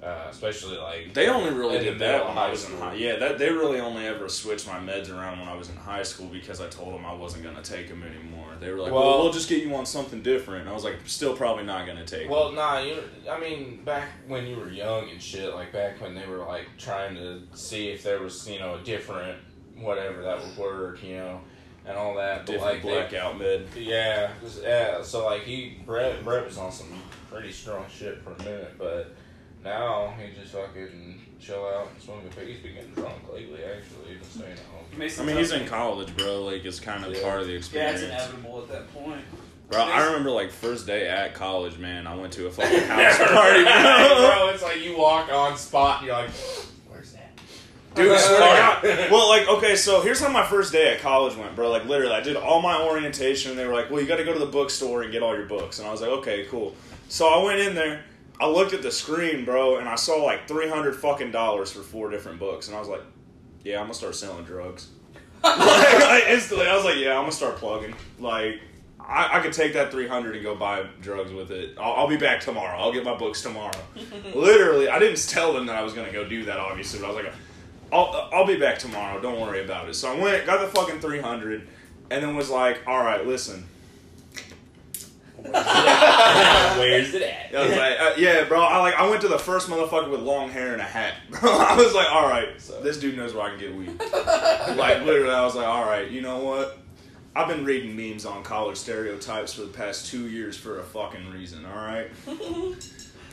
Speaker 4: uh, especially like
Speaker 1: They only really
Speaker 4: in the
Speaker 1: did that
Speaker 4: middle
Speaker 1: when
Speaker 4: of
Speaker 1: I was in
Speaker 4: school.
Speaker 1: high. Yeah, that they really only ever switched my meds around when I was in high school because I told them I wasn't gonna take them anymore. They were like, "Well,
Speaker 4: Well-
Speaker 1: we'll just get you on something different." And I was like, "I'm "Still probably not gonna take."
Speaker 4: Well, nah, you. I mean, back when you were young and shit, like back when they were like trying to see if there was, you know, a different whatever that would work, you know, and all
Speaker 1: them."
Speaker 4: that. But
Speaker 1: different
Speaker 4: like, they-
Speaker 1: blackout med.
Speaker 4: yeah, 'cause, yeah. So like he Brett Brett was on some pretty strong shit for a minute, but now he just fucking chill out and smoke a He's been getting drunk lately, actually, just saying.
Speaker 2: him. Mason's
Speaker 1: I mean, he's
Speaker 2: up.
Speaker 1: in college, bro. Like, it's kind of
Speaker 4: Yeah.
Speaker 1: part of the
Speaker 7: Yeah,
Speaker 1: experience.
Speaker 7: it's inevitable at that point.
Speaker 1: bro, I
Speaker 2: Mason-
Speaker 1: remember like first day at college, man. I went to a
Speaker 4: (laughs)
Speaker 1: fucking house party, bro.
Speaker 4: Oh,
Speaker 2: (laughs)
Speaker 4: It's like you walk on spot, and you're like, "Where's that?"
Speaker 1: Dude,
Speaker 4: (laughs)
Speaker 1: I swear
Speaker 4: Alright.
Speaker 1: to God. (laughs) Well, like, okay, so here's how my first day at college went, bro. Like, literally, I did all my orientation, and they were like, well, you got to go to the bookstore and get all your books. And I was like, okay, cool. So I went in there, I looked at the screen, bro, and I saw like 300 fucking dollars for four different books. And I was like, yeah, I'm going to start selling drugs.
Speaker 2: (laughs)
Speaker 1: like,
Speaker 2: Oh,
Speaker 1: I instantly, I was like, yeah, I'm going to start plugging. Like, I, I could take that 300 and go buy drugs with it. I'll, I'll be back tomorrow. I'll get my books tomorrow. Literally, I didn't tell them that I was going to go do that, obviously, but I was like, I'll, I'll be back tomorrow. Don't worry about it. So I went, got the fucking 300, and then was like, all right, listen.
Speaker 2: Where's it at?
Speaker 1: I was like, uh, yeah, bro. I like, I went to the first motherfucker with long hair and a hat. (laughs) Bro, I was like, all right, this dude knows where I can get weed. like, literally, I was like, all right, you know what? I've been reading memes on college stereotypes for the past two years for a fucking reason. All right.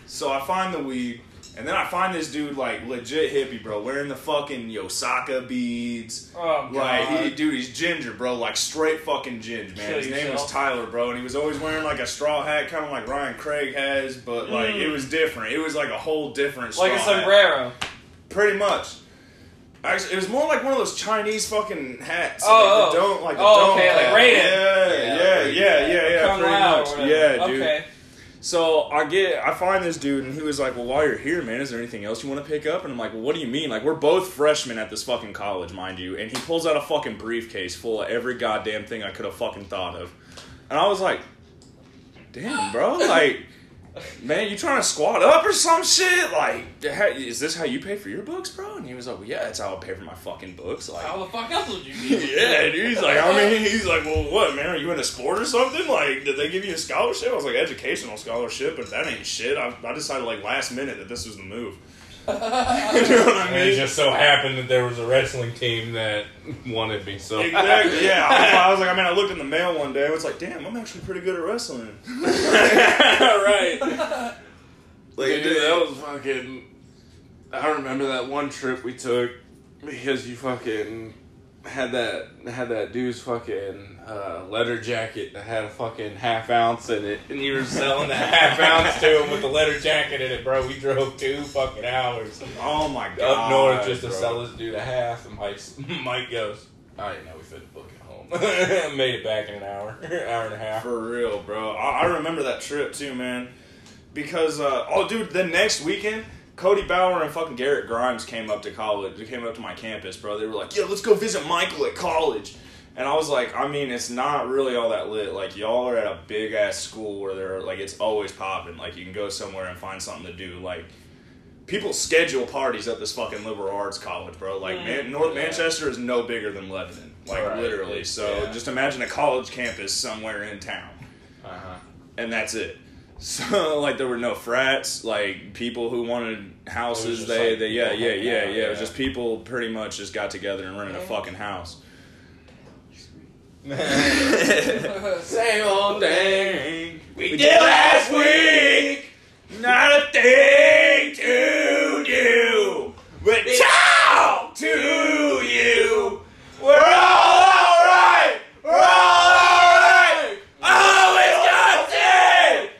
Speaker 1: So I find the weed, and then I find this dude like legit hippie, bro, wearing the fucking Yosaka beads.
Speaker 7: Oh, God.
Speaker 1: Like he, dude, he's ginger, bro. Like straight fucking ginger, man.
Speaker 7: Kill
Speaker 1: His name
Speaker 7: yourself.
Speaker 1: was Tyler, bro, and he was always wearing like a straw hat, kind of like Ryan Craig has, but like it was different. It was like a whole different straw
Speaker 7: Mm. like a
Speaker 1: hat.
Speaker 7: sombrero.
Speaker 1: pretty much. Actually, it was more like one of those Chinese fucking hats.
Speaker 7: Oh,
Speaker 1: like the
Speaker 7: oh.
Speaker 1: don't like the
Speaker 7: Oh,
Speaker 1: don't
Speaker 7: okay, like
Speaker 1: hat.
Speaker 7: Raiden.
Speaker 1: Yeah, yeah, yeah, yeah, yeah.
Speaker 7: Kung
Speaker 1: pretty
Speaker 7: Lao or
Speaker 1: much.
Speaker 7: whatever.
Speaker 1: Yeah, dude.
Speaker 7: Okay.
Speaker 1: So I get, I find this dude, and he was like, "Well, while you're here, man, is there anything else you want to pick up?" And I'm like, "Well, what do you mean? Like, we're both freshmen at this fucking college, mind you." And he pulls out a fucking briefcase full of every goddamn thing I could have fucking thought of, and I was like, "Damn, bro, like, man, you trying to squat up or some shit? Like, how- is this how you pay for your books, bro?" And he was like, well, "Yeah, that's how I pay for my fucking books." Like,
Speaker 2: How the fuck else would you need it?
Speaker 1: (laughs) yeah, dude. He's like, I mean, he's like, well, what, man? Are you in a sport or something? Like, did they give you a scholarship? I was like, educational scholarship, but that ain't shit. I, I decided like last minute that this was the move. (laughs) you know what I
Speaker 4: And it
Speaker 1: mean?
Speaker 4: just so happened that there was a wrestling team that wanted me, so
Speaker 1: Exactly. Yeah. I was, I was like, I mean, I looked in the mail one day. I was like, damn, I'm actually pretty good at wrestling.
Speaker 2: (laughs)
Speaker 1: (laughs)
Speaker 2: (laughs) right.
Speaker 1: Like,
Speaker 2: Dude, that was fucking. I remember that one trip we took because you fucking had that had that dude's fucking uh, leather jacket that had a fucking half ounce in it, and you were selling
Speaker 4: a
Speaker 1: (laughs)
Speaker 2: that
Speaker 4: half ounce to him with the leather jacket in it, bro. We drove two fucking hours
Speaker 1: oh my god.
Speaker 4: up north just to
Speaker 1: bro.
Speaker 4: sell this dude a half, and Mike (laughs) Mike goes, "I didn't know we fit the book at home." (laughs) Made it back in an hour, (laughs) hour and a half.
Speaker 1: For real, bro. I, I remember that trip too, man. Because uh, oh, dude, the next weekend, Cody Bauer and fucking Garrett Grimes came up to college. They came up to my campus, bro. They were like, "Yeah, let's go visit Michael at college." And I was like, I mean, it's not really all that lit. Like, y'all are at a big ass school where they're like, it's always popping. Like, you can go somewhere and find something to do. Like, people schedule parties at this fucking liberal arts college, bro. Like, man, North
Speaker 4: Mm. Yeah.
Speaker 1: Manchester is no bigger than Lebanon. Like,
Speaker 4: Right.
Speaker 1: literally. So,
Speaker 4: Yeah.
Speaker 1: just imagine a college campus somewhere in town
Speaker 4: (laughs) Uh-huh.
Speaker 1: and that's it. (laughs) So like there were no frats, like people who wanted houses.
Speaker 4: just,
Speaker 1: They,
Speaker 4: like,
Speaker 1: they yeah
Speaker 4: people
Speaker 1: yeah
Speaker 4: hanging
Speaker 1: yeah
Speaker 4: out,
Speaker 1: yeah. It was
Speaker 4: yeah.
Speaker 1: just people pretty much just got together and rented a fucking
Speaker 4: (laughs)
Speaker 1: house.
Speaker 2: same old thing.
Speaker 1: We did last week. Not a thing to do, but talk to you. We're all alright. We're all alright. Oh, Wisconsin.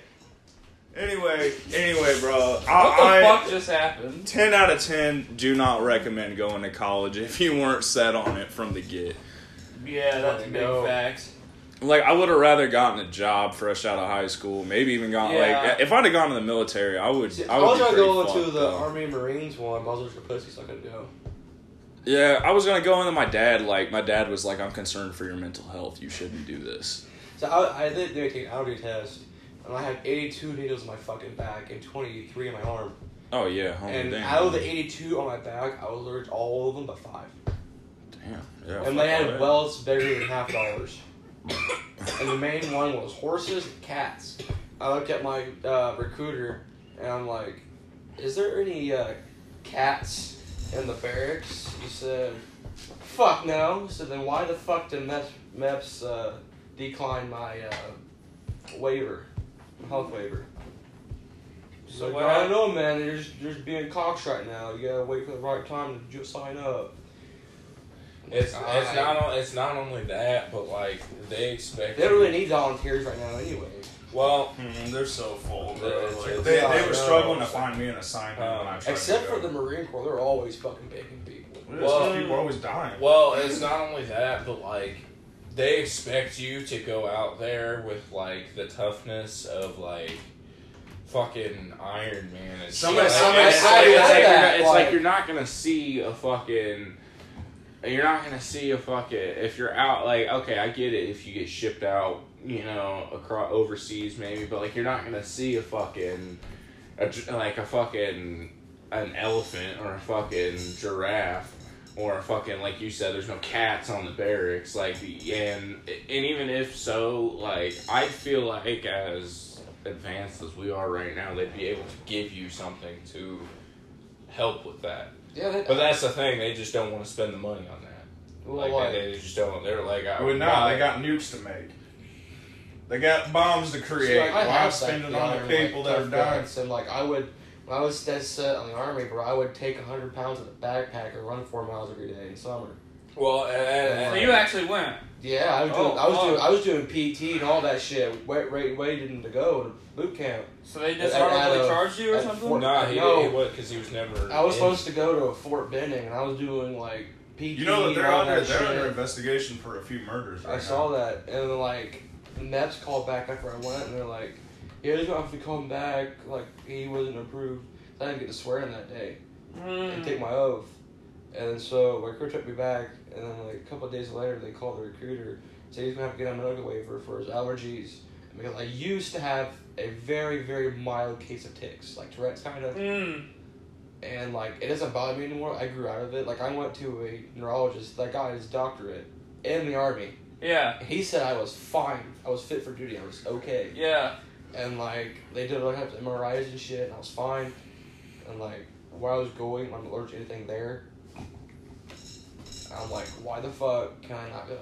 Speaker 1: Anyway, anyway, bro. I,
Speaker 7: What the
Speaker 1: I-
Speaker 7: fuck just happened?
Speaker 1: 10 out of 10 do not recommend going to college if you weren't set on it from the get.
Speaker 7: Yeah, that's big
Speaker 2: No.
Speaker 7: facts.
Speaker 1: Like, I would have rather gotten a job fresh out of high school, maybe even gone,
Speaker 7: Yeah.
Speaker 1: like, if I'd have gone to the military, I would.
Speaker 6: See,
Speaker 1: I
Speaker 6: I
Speaker 1: would
Speaker 6: was
Speaker 1: be
Speaker 6: gonna
Speaker 1: pretty
Speaker 6: go
Speaker 1: fucked
Speaker 6: into the
Speaker 1: up.
Speaker 6: Army and Marines one, but I was just a pussy, so I couldn't go.
Speaker 1: Yeah, I was gonna go into my dad. Like, my dad was like, I'm concerned for your mental health. You shouldn't do this.
Speaker 6: So I, I did do a take an allergy test, and I had 82 needles in my fucking back and 23 in my arm.
Speaker 1: Oh, yeah. Homie,
Speaker 6: and
Speaker 1: damn.
Speaker 6: out of the 82 on my back, I was allergic to all of them but five.
Speaker 1: Damn. Yeah. fuck
Speaker 6: and they
Speaker 1: all that.
Speaker 6: had welts bigger than half dollars. and the main one was horses and cats. I looked at my uh, recruiter and I'm like, is there any uh, cats in the barracks? He said, fuck no. So then why the fuck did MEPS, MEPS uh, decline my uh, waiver, health waiver? So
Speaker 7: So
Speaker 6: like,
Speaker 7: what
Speaker 6: I don't
Speaker 7: happened?
Speaker 6: know, man. You're just, you're just being cocks right now. You gotta wait for the right time to ju- sign up.
Speaker 4: It's it's
Speaker 6: I-
Speaker 4: not on- it's not only that, but like they expect
Speaker 6: They don't really need volunteers right now, anyway.
Speaker 4: well.
Speaker 1: Mm, they're so full,
Speaker 4: They're-
Speaker 1: Like,
Speaker 4: it's-
Speaker 1: they,
Speaker 6: yeah,
Speaker 1: they
Speaker 6: I
Speaker 1: were
Speaker 6: know.
Speaker 3: Um,
Speaker 1: struggling to find me an assignment. when I tried to
Speaker 6: Except for
Speaker 1: go.
Speaker 6: the Marine Corps, they're always fucking bacon people.
Speaker 4: Well-
Speaker 8: people are always dying.
Speaker 4: Well, it's not only that, but like they expect you to go out there with like the toughness of like fucking Iron Man. And
Speaker 1: Somebody-
Speaker 4: shit.
Speaker 1: somebody- somebody
Speaker 4: it's like, it's,
Speaker 3: said
Speaker 4: like you're
Speaker 3: that,
Speaker 4: not, it's like,
Speaker 3: like-
Speaker 4: you're not gonna see a fucking. You're not gonna see a fucking if you're out like okay I get it if you get shipped out you know across overseas maybe but like you're not gonna see a fucking a, gi- like a fucking an elephant or a fucking giraffe or a fucking like you said there's no cats on the barracks like and and even if so like i feel like as advanced as we are right now they'd be able to give you something to help with that
Speaker 3: Yeah, they,
Speaker 4: but that's the thing they just don't want to spend the money on that
Speaker 3: well,
Speaker 4: like
Speaker 3: like,
Speaker 4: they, they just don't they're like
Speaker 3: uh,
Speaker 4: "Oh, I
Speaker 8: Well,
Speaker 4: would
Speaker 8: no,
Speaker 4: not
Speaker 8: they got nukes to make. They got bombs to create.
Speaker 3: See, like, I
Speaker 8: Why
Speaker 3: have that
Speaker 8: spend it
Speaker 3: gun
Speaker 8: on
Speaker 3: and,
Speaker 8: the people
Speaker 3: like,
Speaker 8: that are
Speaker 3: tough
Speaker 8: dying?
Speaker 3: guns, So like I would, when I was dead set on the army, bro, I would take hundred pounds in a backpack and run four miles every day in summer.
Speaker 4: well and,
Speaker 3: So
Speaker 4: and,
Speaker 2: So you actually went.
Speaker 3: Yeah, I was
Speaker 2: Oh,
Speaker 3: doing, I was
Speaker 2: fuck.
Speaker 3: doing, I was doing PT and all that shit. Wait, wait, waiting to go to boot camp.
Speaker 2: So they
Speaker 3: At- at,
Speaker 2: dishonorably
Speaker 3: uh,
Speaker 2: charged you or
Speaker 3: at
Speaker 2: something?
Speaker 3: Fort-
Speaker 4: nah, he,
Speaker 3: No.
Speaker 4: he was because he was never
Speaker 3: I was
Speaker 4: in-
Speaker 3: supposed to go to Fort Benning and I was doing like PT.
Speaker 8: You know that
Speaker 3: and
Speaker 8: they're
Speaker 3: all
Speaker 8: under
Speaker 3: that
Speaker 8: they're
Speaker 3: shit.
Speaker 8: under investigation for a few murders. Right
Speaker 3: I saw that, and then like the Naps called back after I went, and they're like, "Yeah, he's gonna have to come back. Like he wasn't approved. I didn't get to swear in that day
Speaker 2: Hmm. Mm.
Speaker 3: and take my oath." And then so my recruiter took me back, and then like a couple of days later, they called the recruiter, said he's gonna have to get on medical waiver for his allergies. And because I used to have a very very mild case of ticks, like Tourette's kind of
Speaker 2: Mm.
Speaker 3: and like it doesn't bother me anymore. I grew out of it. Like I went to a neurologist that got his doctorate in the army.
Speaker 2: Yeah,
Speaker 3: He said I was fine. I was fit for duty. I was okay.
Speaker 2: yeah.
Speaker 3: And like they did all kinds of MRIs and shit, and I was fine. And like where I was going, I'm allergic to anything there. I'm like, why the fuck can I not go?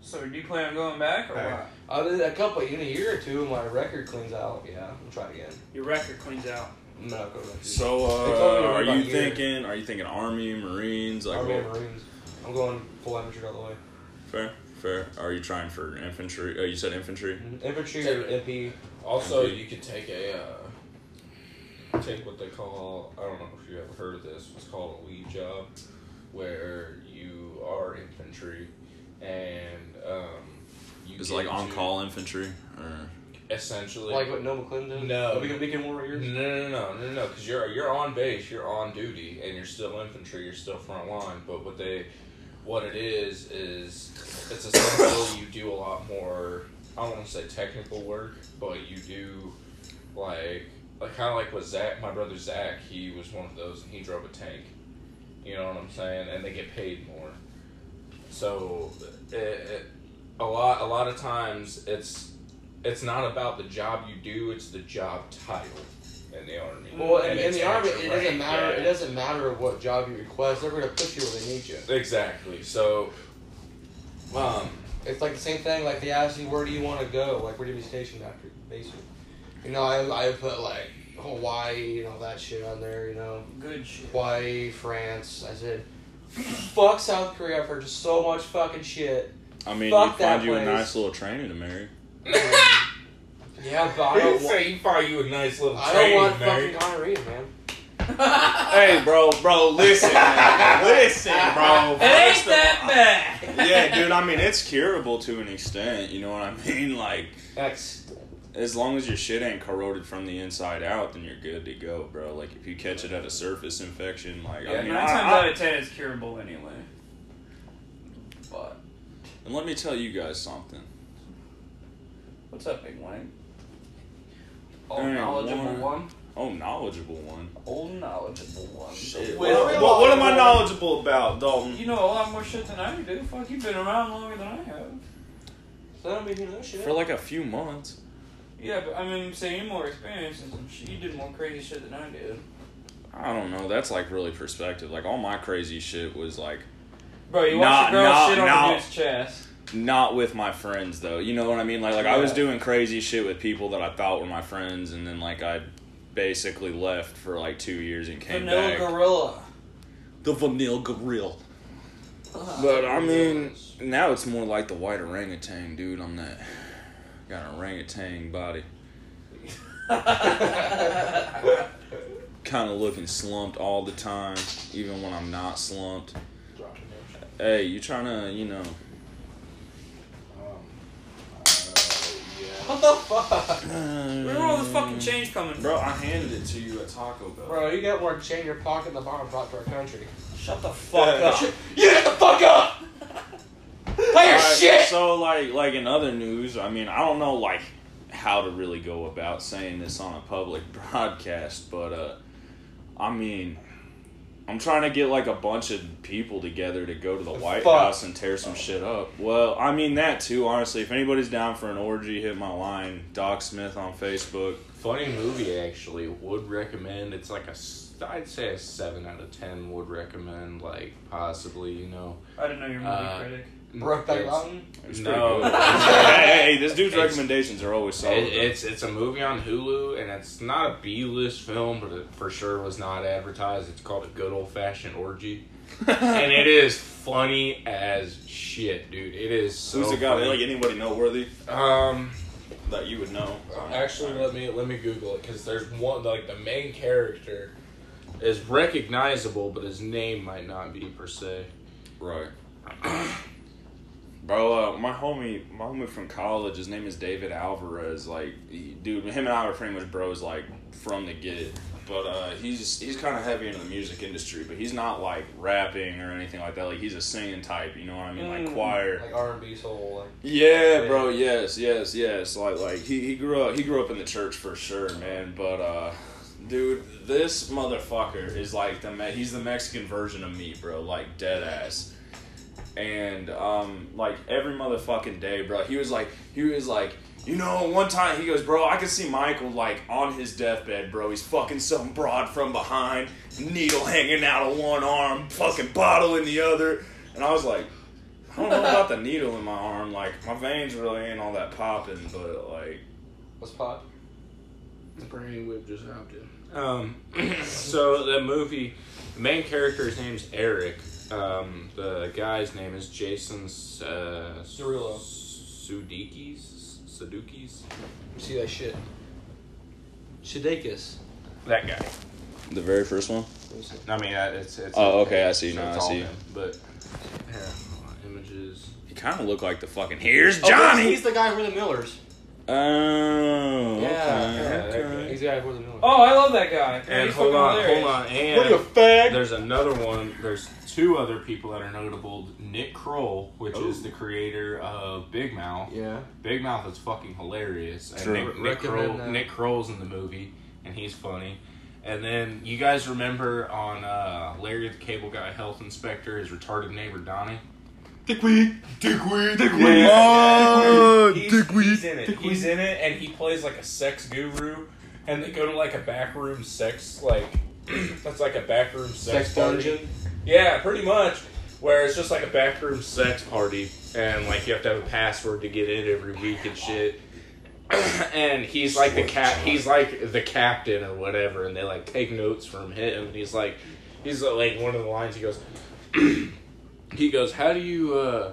Speaker 2: So do you plan on going back or
Speaker 8: Hey.
Speaker 2: what?
Speaker 3: I did a couple in a year or two, my record cleans out. Yeah, I'll try again.
Speaker 2: Your record cleans out.
Speaker 3: I'm not going back.
Speaker 1: So,
Speaker 3: They told me
Speaker 1: uh,
Speaker 3: to
Speaker 1: are
Speaker 3: worry
Speaker 1: you
Speaker 3: about you.
Speaker 1: thinking? Are you thinking Army, Marines? Like,
Speaker 3: Army and
Speaker 1: what-
Speaker 3: Marines. I'm going full infantry all the way.
Speaker 1: fair, fair. Are you trying for infantry? Oh, you said infantry.
Speaker 3: Infantry or MP.
Speaker 4: Also, you could take a uh, take what they call I don't know if you ever heard of this. What's called a lead job, where you are infantry, and um, you
Speaker 1: Is it
Speaker 4: get
Speaker 1: like
Speaker 4: to-
Speaker 1: on call infantry? Or...
Speaker 4: essentially.
Speaker 3: Like what Nova Clinton did?
Speaker 4: No.
Speaker 3: The Weekend, weekend
Speaker 4: no,
Speaker 3: Warriors?
Speaker 4: no, no, no, no, because you're you're on base, you're on duty, and you're still infantry, you're still front line. But what they, what it is, is it's essentially you do a lot more. I don't want to say technical work, but you do like like kind of like what Zach, my brother Zach, he was one of those, and he drove a tank. You know what I'm saying? And they get paid more. So, it, it, a lot a lot of times it's it's not about the job you do; it's the job title in the army.
Speaker 3: Well, in,
Speaker 4: And
Speaker 3: in
Speaker 4: it's
Speaker 3: the army,
Speaker 4: at your
Speaker 3: it doesn't
Speaker 4: rank,
Speaker 3: matter.
Speaker 4: yeah.
Speaker 3: It doesn't matter what job you request. They're gonna push you when they need you.
Speaker 4: Exactly. So, um,
Speaker 3: It's like the same thing. Like they ask you, where do you want to go? Like where do you be stationed after basic? You know, I I put like Hawaii and all that shit on there. You know,
Speaker 2: Good shit. (laughs)
Speaker 3: Hawaii, France. I said, fuck South Korea for just so much fucking shit.
Speaker 1: I mean,
Speaker 3: Fuck
Speaker 1: you find
Speaker 3: that
Speaker 1: you a
Speaker 3: place.
Speaker 1: nice little training to marry.
Speaker 3: Yeah, but I don't.
Speaker 4: so
Speaker 3: Want,
Speaker 4: you find you a nice little
Speaker 3: I don't want
Speaker 4: training, mate.
Speaker 3: fucking
Speaker 4: (laughs)
Speaker 3: gonorrhea, man.
Speaker 1: (laughs) Hey, bro, bro, listen, (laughs) man. listen, bro.
Speaker 2: It ain't
Speaker 1: First of all-
Speaker 2: that bad.
Speaker 1: yeah, dude. I mean, it's curable to an extent. You know what I mean? (laughs) Like,
Speaker 3: X.
Speaker 1: as long as your shit ain't corroded from the inside out, then you're good to go, bro. Like, if you catch it at a surface infection, like,
Speaker 2: (laughs) Yeah,
Speaker 1: I mean,
Speaker 2: nine
Speaker 1: I-
Speaker 2: times
Speaker 1: I-
Speaker 2: out of ten, it's curable anyway. But
Speaker 1: and let me tell you guys something.
Speaker 2: what's up, Big Wayne? Old
Speaker 1: Dang,
Speaker 2: knowledgeable
Speaker 1: Warren.
Speaker 2: one.
Speaker 1: Oh, knowledgeable one.
Speaker 2: Old knowledgeable one.
Speaker 1: Shit.
Speaker 2: With-
Speaker 1: What, what- what am I knowledgeable about, Dalton?
Speaker 2: You know a lot more shit than I do. Fuck, you've been around longer than I have.
Speaker 3: So I don't mean you know shit.
Speaker 1: For like a few months.
Speaker 2: Yeah, but I mean, I'm saying you're more experienced and some shit. You did more crazy shit than I did.
Speaker 1: I don't know. That's like really perspective. Like all my crazy shit was like
Speaker 2: Bro, you
Speaker 1: Nah,
Speaker 2: watched a girl
Speaker 1: nah,
Speaker 2: shit on
Speaker 1: nah.
Speaker 2: a dude's chest.
Speaker 1: not with my friends though. You know what I mean? Like like I was
Speaker 2: Yeah.
Speaker 1: doing crazy shit with people that I thought were my friends, and then like I basically left for like two years and came
Speaker 2: Vanilla
Speaker 1: back.
Speaker 2: gorilla.
Speaker 1: the vanilla gorilla.
Speaker 2: Ugh.
Speaker 1: But I mean, now it's more like the white orangutan, dude. I'm that got an orangutan body. kind of looking slumped all the time, even when I'm not slumped. Hey, you trying to, you know,
Speaker 4: Um, uh,
Speaker 6: What the fuck?
Speaker 7: Where are all the fucking change coming from?
Speaker 1: Bro, I handed it to you at Taco Bell.
Speaker 6: Bro, you got more chain in your pocket than Obama brought to our country.
Speaker 7: Shut the fuck up.
Speaker 6: You get the fuck up! (laughs) Play your
Speaker 1: Alright,
Speaker 6: shit!
Speaker 1: So like like in other news, I mean, I don't know like how to really go about saying this on a public (laughs) broadcast, but uh I mean I'm trying to get like a bunch of people together to go to the White
Speaker 6: Fuck.
Speaker 1: House and tear some shit up. Well, I mean that too, honestly. If anybody's down for an orgy, hit my line, Doc Smith on Facebook.
Speaker 4: Funny movie, actually. Would recommend. It's like a, s- I'd say a 7 out of 10 would recommend, like, possibly, you know.
Speaker 7: I didn't know you were a movie
Speaker 4: Uh,
Speaker 7: critic.
Speaker 6: Brokeback
Speaker 4: It's-
Speaker 6: Mountain?
Speaker 1: It was
Speaker 4: No.
Speaker 1: pretty good. hey, hey, hey, this dude's
Speaker 4: It's-
Speaker 1: recommendations are always solid.
Speaker 4: It, it's it's a movie on Hulu, and it's not a B list film, but it for sure was not advertised. It's called a good old fashioned orgy, and it is funny as shit, dude. It is so.
Speaker 1: Who's the guy?
Speaker 4: funny.
Speaker 1: Like anybody noteworthy
Speaker 4: Um,
Speaker 1: that you would know?
Speaker 4: actually, let me let me Google it because there's one like the main character is recognizable, but his name might not be per se.
Speaker 1: Right. (clears throat) Bro, uh, my homie, my homie from college, his name is David Alvarez. Like, he, dude, him and I were pretty much bros, like from the get. But uh, he's he's kind of heavy into the music industry, but he's not like rapping or anything like that. Like, he's a singing type, you know what I mean? Like
Speaker 7: Mm.
Speaker 1: choir.
Speaker 6: Like R&B soul,
Speaker 1: Yeah, bro. Yes, yes, yes. Like, like he, he grew up he grew up in the church for sure, man. But uh, dude, this motherfucker is like the Me- he's the Mexican version of me, bro. Like dead ass. And um, like every motherfucking day, bro. He was like he was like. You know, one time he goes, bro, I could see Michael like on his deathbed, bro. He's fucking some broad from behind, needle hanging out of one arm, fucking bottle in the other. And I was like, I don't know about the needle in my arm. Like my veins really ain't all that popping, but like
Speaker 6: like, what's pop?
Speaker 4: The brainwave just hopped in. Um, (clears throat) so the movie, the main character's name's Eric. Um, the guy's name is Jason uh,
Speaker 6: Derulo.
Speaker 4: Sudikis. Sudukis.
Speaker 6: See that shit. Shadakis.
Speaker 4: That guy.
Speaker 1: the very first one.
Speaker 6: Oh,
Speaker 4: I mean, uh, it's it's.
Speaker 1: Oh, okay, I see,
Speaker 4: so
Speaker 1: now
Speaker 4: it's
Speaker 1: I
Speaker 4: all
Speaker 1: see.
Speaker 4: him, But yeah, images.
Speaker 1: He kind of looked like the fucking. Here's Johnny.
Speaker 6: he's the guy who were the Millers.
Speaker 1: Oh,
Speaker 6: Yeah,
Speaker 1: okay, okay.
Speaker 6: He's the guy who were the Millers.
Speaker 7: Oh, I love that guy.
Speaker 4: And
Speaker 7: He's
Speaker 4: hold
Speaker 7: fucking
Speaker 4: on, hold
Speaker 7: hilarious.
Speaker 4: on, and There's another one. There's two other people that are notable. Nick Kroll, which
Speaker 1: Oh.
Speaker 4: is the creator of Big Mouth.
Speaker 6: Yeah.
Speaker 4: Big Mouth is fucking hilarious. And
Speaker 1: True.
Speaker 4: Nick, Nick,
Speaker 6: Recommend
Speaker 4: Kroll,
Speaker 6: that.
Speaker 4: Nick Kroll's in the movie, and he's funny. And then you guys remember on uh, Larry the Cable Guy, Health Inspector, his retarded neighbor Donnie.
Speaker 1: Dickweed, dickweed, dickweed.
Speaker 4: Yeah.
Speaker 1: Yeah.
Speaker 4: He's, he's in it. He's in it, and he plays like a sex guru. And they go to like a backroom sex like (clears throat) that's like a backroom sex,
Speaker 6: Sex
Speaker 4: party.
Speaker 6: dungeon.
Speaker 4: Yeah, pretty much. Where it's just like a backroom sex party, and like you have to have a password to get in every week and shit. (clears throat) and he's like the cap. He's like the captain or whatever, and they like take notes from him. And he's like, he's uh, like one of the lines. He goes, (clears throat) he goes, how do you? uh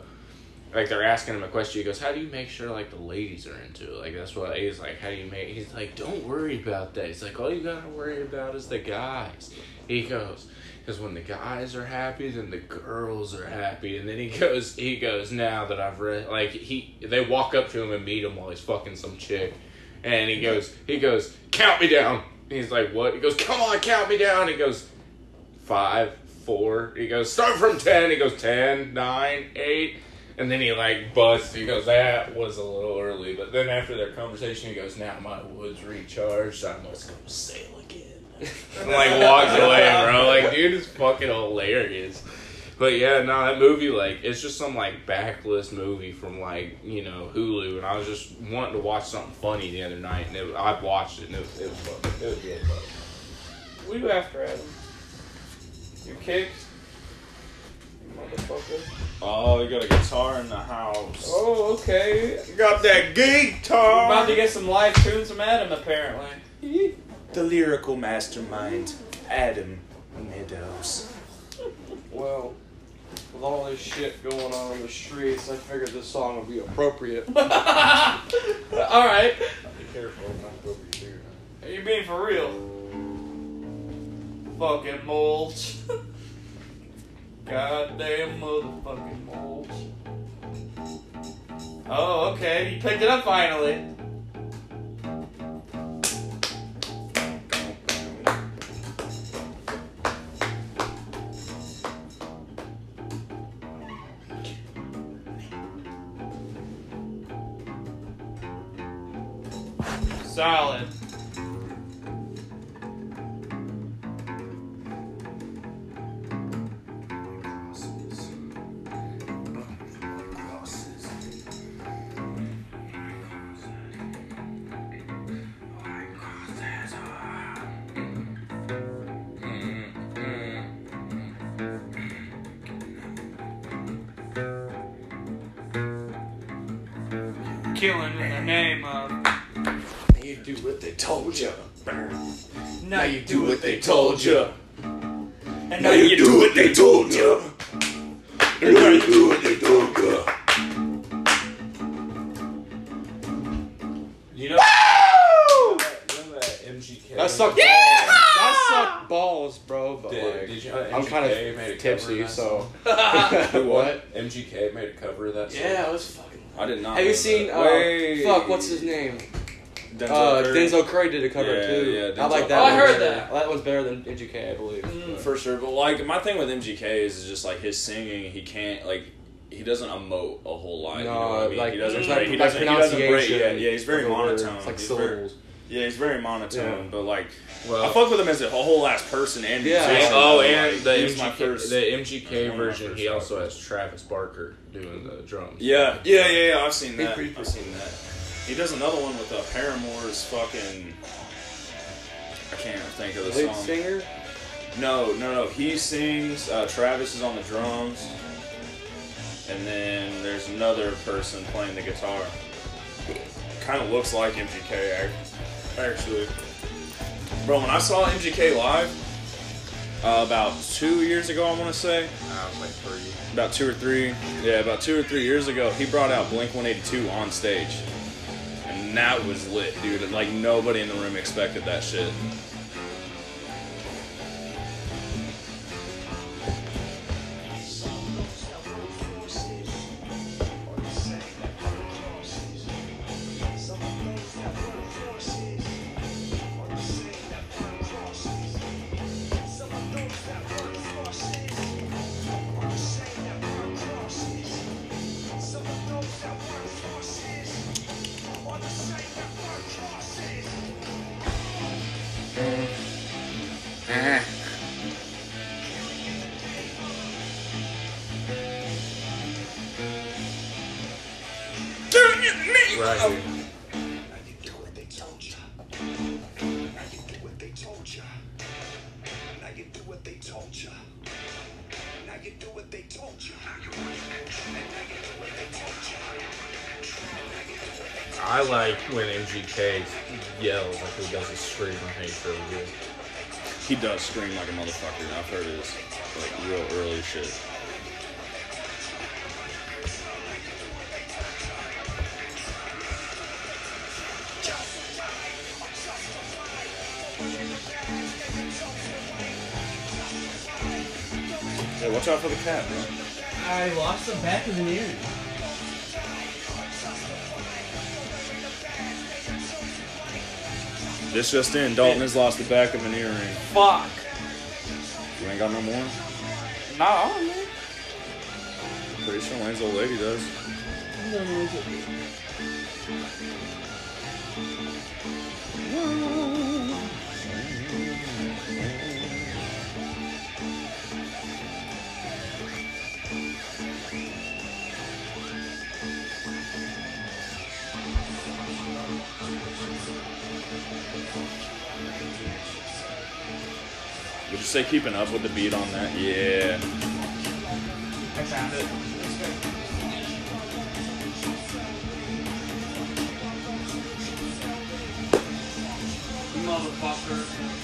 Speaker 4: like they're asking him a question. He goes, "How do you make sure like the ladies are into it? Like that's what he's like. How do you make?" He's like, "Don't worry about that." He's like, "All you gotta worry about is the guys." He goes, "Because when the guys are happy, then the girls are happy." And then he goes, "He goes now that I've read like he they walk up to him and meet him while he's fucking some chick, and he goes, he goes, count me down." And he's like, "What?" He goes, "Come on, count me down." He goes, five, four. He goes, start from ten. He goes, ten, nine, eight. And then he like busts. He goes, that was a little early. But then after their conversation, he goes, now my wood's recharged. I must go sail again. and like walks away, bro.
Speaker 9: (laughs)
Speaker 4: Like, dude is fucking hilarious. But yeah, no, that movie, like, it's just some, like, backlist movie from, like, you know, Hulu. And I was just wanting to watch something funny the other night. And it, I watched it, and it was, it was fucking, it was good, bro.
Speaker 7: We go after Adam. You kicked. You motherfucker.
Speaker 1: Oh, you got a guitar in the house.
Speaker 7: Oh, okay.
Speaker 1: You got that
Speaker 7: We're
Speaker 1: guitar.
Speaker 7: about to get some live tunes from Adam, apparently. (laughs)
Speaker 1: the lyrical mastermind, Adam Meadows.
Speaker 6: Well, with all this shit going on in the streets, I figured this song would be appropriate.
Speaker 7: Alright.
Speaker 4: Be careful, not over your
Speaker 7: Are you being for real?
Speaker 2: motherfucking mulch. (laughs) Goddamn motherfucking mulch. Oh, okay. You picked it up finally. Solid. Killing in the name of.
Speaker 1: You do what they told you.
Speaker 2: Now you
Speaker 1: Do what
Speaker 2: (laughs)
Speaker 1: they told you.
Speaker 2: And
Speaker 1: Now you do what they told you. Now you do what they told you.
Speaker 9: You know, you know that, you know that MGK.
Speaker 2: That sucked. Yeah! That sucked balls, bro. But
Speaker 9: Did,
Speaker 2: like,
Speaker 9: did you know that
Speaker 2: I'm kind
Speaker 9: MGK made
Speaker 2: of
Speaker 9: a cover
Speaker 2: tipsy,
Speaker 9: of that
Speaker 2: so
Speaker 9: song? (laughs)
Speaker 2: what?
Speaker 9: MGK made a cover of that. song.
Speaker 3: Yeah, it was fucking.
Speaker 1: I did not.
Speaker 3: Have you
Speaker 1: know
Speaker 3: seen?
Speaker 1: that.
Speaker 3: Uh,
Speaker 1: Wait.
Speaker 3: Fuck, what's his name?
Speaker 1: Denzel
Speaker 3: Uh,
Speaker 1: Curry.
Speaker 3: Denzel Curry did a cover
Speaker 9: Yeah,
Speaker 3: too.
Speaker 9: yeah,
Speaker 3: I like that.
Speaker 9: Denzel Curry.
Speaker 3: one
Speaker 9: Oh, I heard
Speaker 3: better.
Speaker 10: that.
Speaker 3: That one's better than NGK, I believe.
Speaker 1: For sure, but like my thing with MGK is just like his singing, he can't like he doesn't emote a whole lot. you know
Speaker 3: No,
Speaker 1: what I mean?
Speaker 3: like
Speaker 1: he doesn't
Speaker 3: it's like,
Speaker 1: break. He
Speaker 3: like
Speaker 1: doesn't, he doesn't break.
Speaker 3: pronunciation
Speaker 1: Yeah, yeah, he's very
Speaker 3: of the words.
Speaker 1: monotone.
Speaker 3: It's like
Speaker 1: he's very-
Speaker 3: syllables.
Speaker 1: yeah, he's very monotone.
Speaker 3: Yeah.
Speaker 1: But like,
Speaker 9: Well,
Speaker 1: I fuck with him as a whole ass person and
Speaker 3: Yeah.
Speaker 1: musician,
Speaker 9: oh,
Speaker 1: though,
Speaker 9: and
Speaker 1: like,
Speaker 9: the
Speaker 1: he was my
Speaker 9: MGK,
Speaker 1: first.
Speaker 9: the MGK
Speaker 1: That's one of my
Speaker 9: version,
Speaker 1: first
Speaker 9: he also
Speaker 1: albums.
Speaker 9: has Travis Barker doing the drums.
Speaker 1: yeah, yeah, yeah, yeah. I've seen
Speaker 3: Big
Speaker 1: that.
Speaker 3: Creeper.
Speaker 1: I've seen that. He does another one with uh, Paramore's fucking. I can't think of the
Speaker 3: Lead
Speaker 1: song.
Speaker 3: singer?
Speaker 1: No, no, no. He sings. Uh, Travis is on the drums, and then there's another person playing the guitar. Kind of looks like MGK, ac- actually. Bro, when I saw MGK live uh, about two years ago, I want to say
Speaker 9: I was like three.
Speaker 1: about two or three, yeah, about two or three years ago, he brought out Blink 182 on stage, and that was lit, dude. And, Like nobody in the room expected that shit.
Speaker 9: Right. I like when MGK yells like he doesn't scream or hate really good.
Speaker 1: He does scream like a motherfucker. and I've heard his like real early shit. Hey, watch out for the cat, man.
Speaker 11: I lost the back of an ear.
Speaker 1: This just in, Dalton has lost the back of an earring.
Speaker 2: fuck.
Speaker 1: You ain't got no more?
Speaker 2: Nah, I don't know.
Speaker 1: Pretty sure Lane's old lady does. Would you say keeping up with the beat on that? Yeah.
Speaker 11: I found it.
Speaker 2: Motherfucker.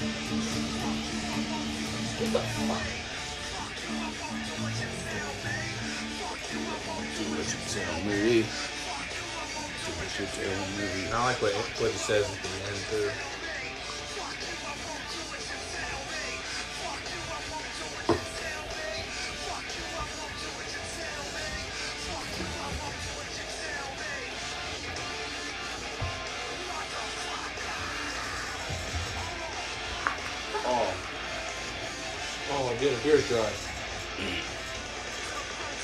Speaker 9: I like what what he says at the end too.
Speaker 1: Oh,
Speaker 4: Oh,
Speaker 6: Getting your beer's dry.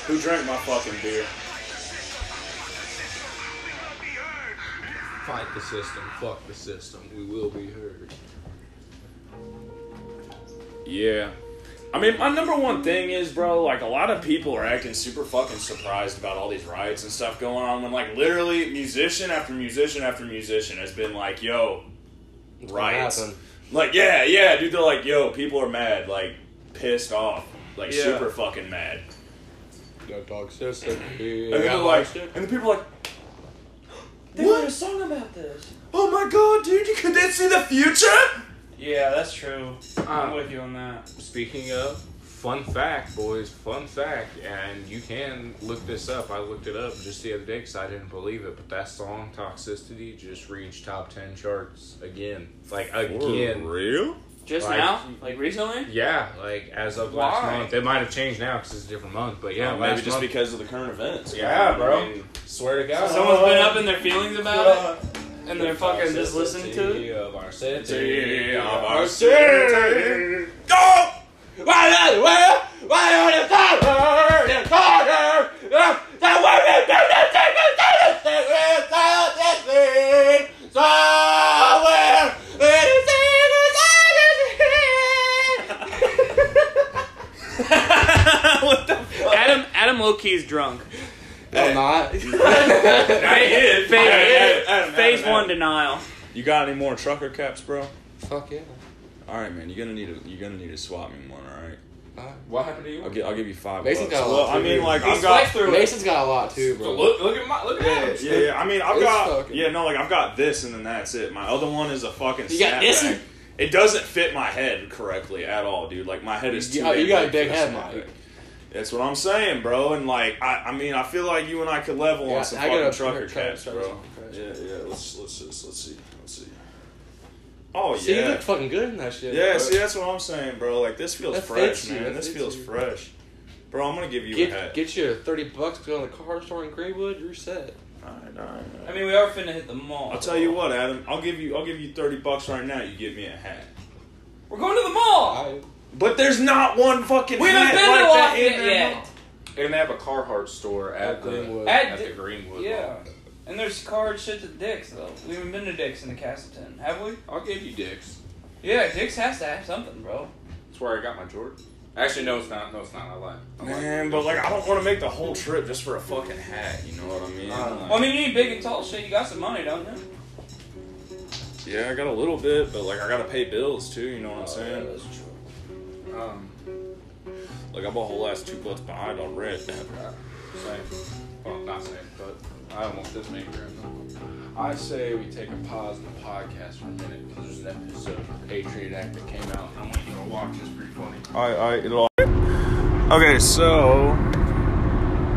Speaker 1: Who drank my fucking beer?
Speaker 4: Fight the system. Fuck the system. We will be heard.
Speaker 1: Yeah. I mean, my number one thing is, bro, like a lot of people are acting super fucking surprised about all these riots and stuff going on when, like, literally musician after musician after musician has been like, yo,
Speaker 6: It's gonna
Speaker 1: riots.
Speaker 6: happen.
Speaker 1: Like, yeah, yeah, dude, they're like, yo, people are mad, like, pissed off, like,
Speaker 2: Yeah.
Speaker 1: super fucking mad.
Speaker 6: Got dog system.
Speaker 1: And, then
Speaker 6: Yeah.
Speaker 1: they're like, and the people are like,
Speaker 7: They
Speaker 1: What?
Speaker 7: wrote a song about this.
Speaker 1: oh my god, dude, you couldn't see the future?
Speaker 7: Yeah, that's true. I'm
Speaker 2: Um,
Speaker 4: Uh,
Speaker 7: with you on that.
Speaker 4: Speaking of, fun fact, boys, fun fact, and you can look this up. I looked it up just the other day because I didn't believe it, but that song, Toxicity, just reached top 10 charts again. Like, again.
Speaker 1: real?
Speaker 2: Just
Speaker 4: Like-
Speaker 2: now? Like recently?
Speaker 4: Yeah, like as of last
Speaker 2: Why?
Speaker 4: month. It might have changed now because it's a different month, but yeah,
Speaker 1: maybe
Speaker 4: last
Speaker 1: just
Speaker 4: month.
Speaker 1: because of the current events. (laughs)
Speaker 4: yeah, bro.
Speaker 1: I mean,
Speaker 4: Swear to God.
Speaker 2: Someone's been up in their feelings about it, and they're fucking just listening to it.
Speaker 4: Of our city,
Speaker 1: City
Speaker 4: of
Speaker 1: of
Speaker 4: our
Speaker 1: our
Speaker 4: city. Go! Why not? Why? Why are the power? The power! The women do not take us to the secret silent exit. Somewhere in the secret silent
Speaker 2: what the fuck? Adam, Adam low is drunk.
Speaker 6: I'm not.
Speaker 2: Phase,
Speaker 1: Adam, Adam,
Speaker 2: phase
Speaker 1: Adam,
Speaker 2: one
Speaker 1: Adam.
Speaker 2: denial.
Speaker 1: You got any more trucker caps, bro?
Speaker 6: Fuck yeah.
Speaker 1: All right, man. You're gonna need a you're gonna need to swap me one. All right.
Speaker 4: What happened to you?
Speaker 1: I'll give I'll give you five.
Speaker 6: Mason's
Speaker 1: bucks.
Speaker 6: got a
Speaker 1: Well,
Speaker 6: lot
Speaker 1: I
Speaker 6: too,
Speaker 1: mean,
Speaker 6: dude.
Speaker 1: like
Speaker 2: He's
Speaker 1: I've got.
Speaker 2: sliced through it.
Speaker 6: Mason's got a lot too, bro.
Speaker 4: Look, look at my, look at
Speaker 1: Yeah,
Speaker 4: that.
Speaker 1: yeah, yeah. I mean, I've
Speaker 6: It's
Speaker 1: got.
Speaker 6: fucking-
Speaker 1: Yeah, no, like I've got this, and then that's it. My other one is a fucking.
Speaker 2: You got this
Speaker 1: snapback.
Speaker 2: and-
Speaker 1: It doesn't fit my head correctly at all, dude. Like my head is too.
Speaker 6: You got- you got a
Speaker 1: big
Speaker 6: big
Speaker 1: for the
Speaker 6: head,
Speaker 1: snapback.
Speaker 6: Mike.
Speaker 1: That's what I'm saying, bro. And like, I, I mean, I feel like you and I could level
Speaker 6: Yeah,
Speaker 1: on some
Speaker 6: I got
Speaker 1: fucking
Speaker 6: a
Speaker 1: trucker
Speaker 6: trucker
Speaker 1: caps,
Speaker 6: cap,
Speaker 1: bro.
Speaker 6: trucker cap.
Speaker 1: Yeah, yeah. Let's let's just let's see, let's see. Oh
Speaker 6: See,
Speaker 1: yeah.
Speaker 6: you look fucking good in that shit.
Speaker 1: Yeah,
Speaker 6: bro.
Speaker 1: see, that's what I'm saying, bro. Like, this feels
Speaker 6: That
Speaker 1: fresh,
Speaker 6: fits you,
Speaker 1: man.
Speaker 6: that
Speaker 1: this
Speaker 6: fits
Speaker 1: feels
Speaker 6: you.
Speaker 1: fresh. Bro, I'm gonna give you a
Speaker 6: Get,
Speaker 1: hat.
Speaker 6: get you 30 bucks, go to the car store in Greenwood, you're set.
Speaker 1: Alright, alright, alright.
Speaker 7: I mean, we are finna hit the mall.
Speaker 1: I'll tell you what, Adam. I'll give you. I'll give you thirty bucks right now. You give me a hat.
Speaker 7: We're going to the
Speaker 1: Oh.
Speaker 7: mall.
Speaker 6: I,
Speaker 1: But there's not one fucking.
Speaker 7: We haven't
Speaker 1: hat
Speaker 7: been
Speaker 1: like
Speaker 7: to
Speaker 1: that in
Speaker 7: Lafayette
Speaker 1: there.
Speaker 7: yet.
Speaker 4: And they have a Carhartt store at the
Speaker 6: Greenwood.
Speaker 4: at
Speaker 7: At
Speaker 4: the
Speaker 7: the-
Speaker 4: Greenwood.
Speaker 7: Yeah. And there's card shit to Dick's though. We haven't been to Dick's in the Castleton, have we?
Speaker 4: I'll give you dicks.
Speaker 7: Yeah, Dick's has to have something, bro.
Speaker 4: That's where I got my Jordan. Actually, no, it's not. No, it's not. I lied. I lied.
Speaker 1: Man, but like, I don't want to make the whole trip just for a fucking hat. You know what I mean?
Speaker 4: Uh,
Speaker 7: Well, I mean, you need big and tall shit. You got some money, don't you?
Speaker 1: yeah, I got a little bit, but like, I gotta pay bills too. You know what I'm saying?
Speaker 4: Um,
Speaker 1: Like, I'm a whole ass two bucks behind on rent.
Speaker 4: same. Well, not same, but I almost did make her. I say we take a pause in the podcast for a minute because there's an episode of Patriot Act that came out. I want you to go watch. It's pretty funny.
Speaker 1: I, I, it'll. Okay, so.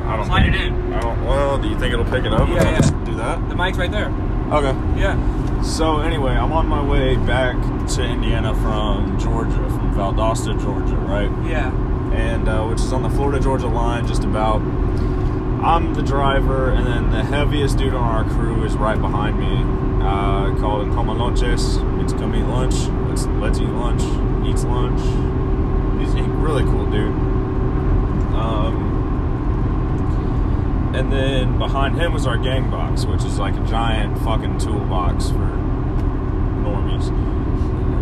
Speaker 1: I don't.
Speaker 7: Slide it in.
Speaker 1: I don't, well, do you think it'll pick it up? if
Speaker 7: Yeah,
Speaker 1: I
Speaker 7: yeah.
Speaker 1: just Do that.
Speaker 7: The mic's right there.
Speaker 1: Okay.
Speaker 7: Yeah.
Speaker 1: So anyway, I'm on my way back to Indiana from Georgia, from Valdosta, Georgia, right?
Speaker 7: Yeah.
Speaker 1: and uh, which is on the Florida Georgia line, just about. I'm the driver, and then the heaviest dude on our crew is right behind me, uh, called Comaloches. It's come eat lunch. Let's let's eat lunch. Eats lunch. He's a really cool dude. Um, and then behind him was our gang box, which is like a giant fucking toolbox for normies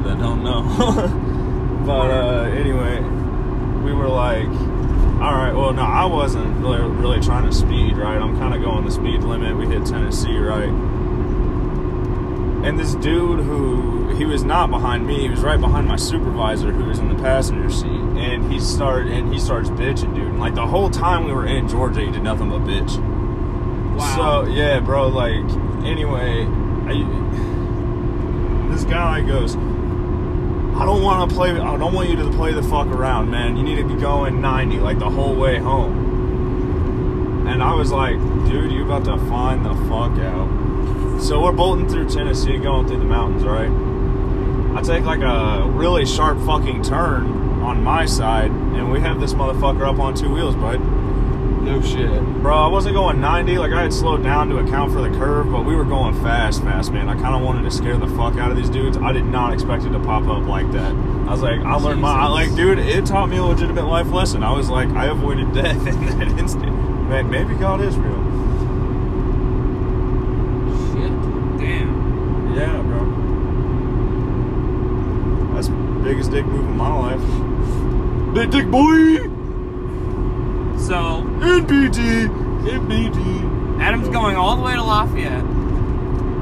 Speaker 1: that don't know. (laughs) but uh, anyway, we were like, all right, well, no, I wasn't really, really trying to speed, right? I'm kind of going the speed limit. We hit Tennessee, right? And this dude who he was not behind me, he was right behind my supervisor who was in the passenger seat, and he start and he starts bitching, dude. And like the whole time we were in Georgia, he did nothing but bitch. So yeah, bro. Like anyway, I, this guy goes, I don't want to play. I don't want you to play the fuck around, man. You need to be going 90 like the whole way home. And I was like, dude, you about to find the fuck out. So we're bolting through Tennessee, going through the mountains, right? I take like a really sharp fucking turn on my side, and we have this motherfucker up on two wheels, bud.
Speaker 6: No shit.
Speaker 1: Bro, I wasn't going 90. Like, I had slowed down to account for the curve, but we were going fast, fast, man. I kind of wanted to scare the fuck out of these dudes. I did not expect it to pop up like that. I was like, I learned my. I, like, dude, it taught me a legitimate life lesson. I was like, I avoided death (laughs) in that instant. Man, maybe God is real.
Speaker 2: Shit.
Speaker 7: Damn.
Speaker 1: Yeah, bro. That's the biggest dick move in my life. Big dick boy!
Speaker 7: So
Speaker 1: NPT! NPT!
Speaker 7: Adam's going all the way to Lafayette.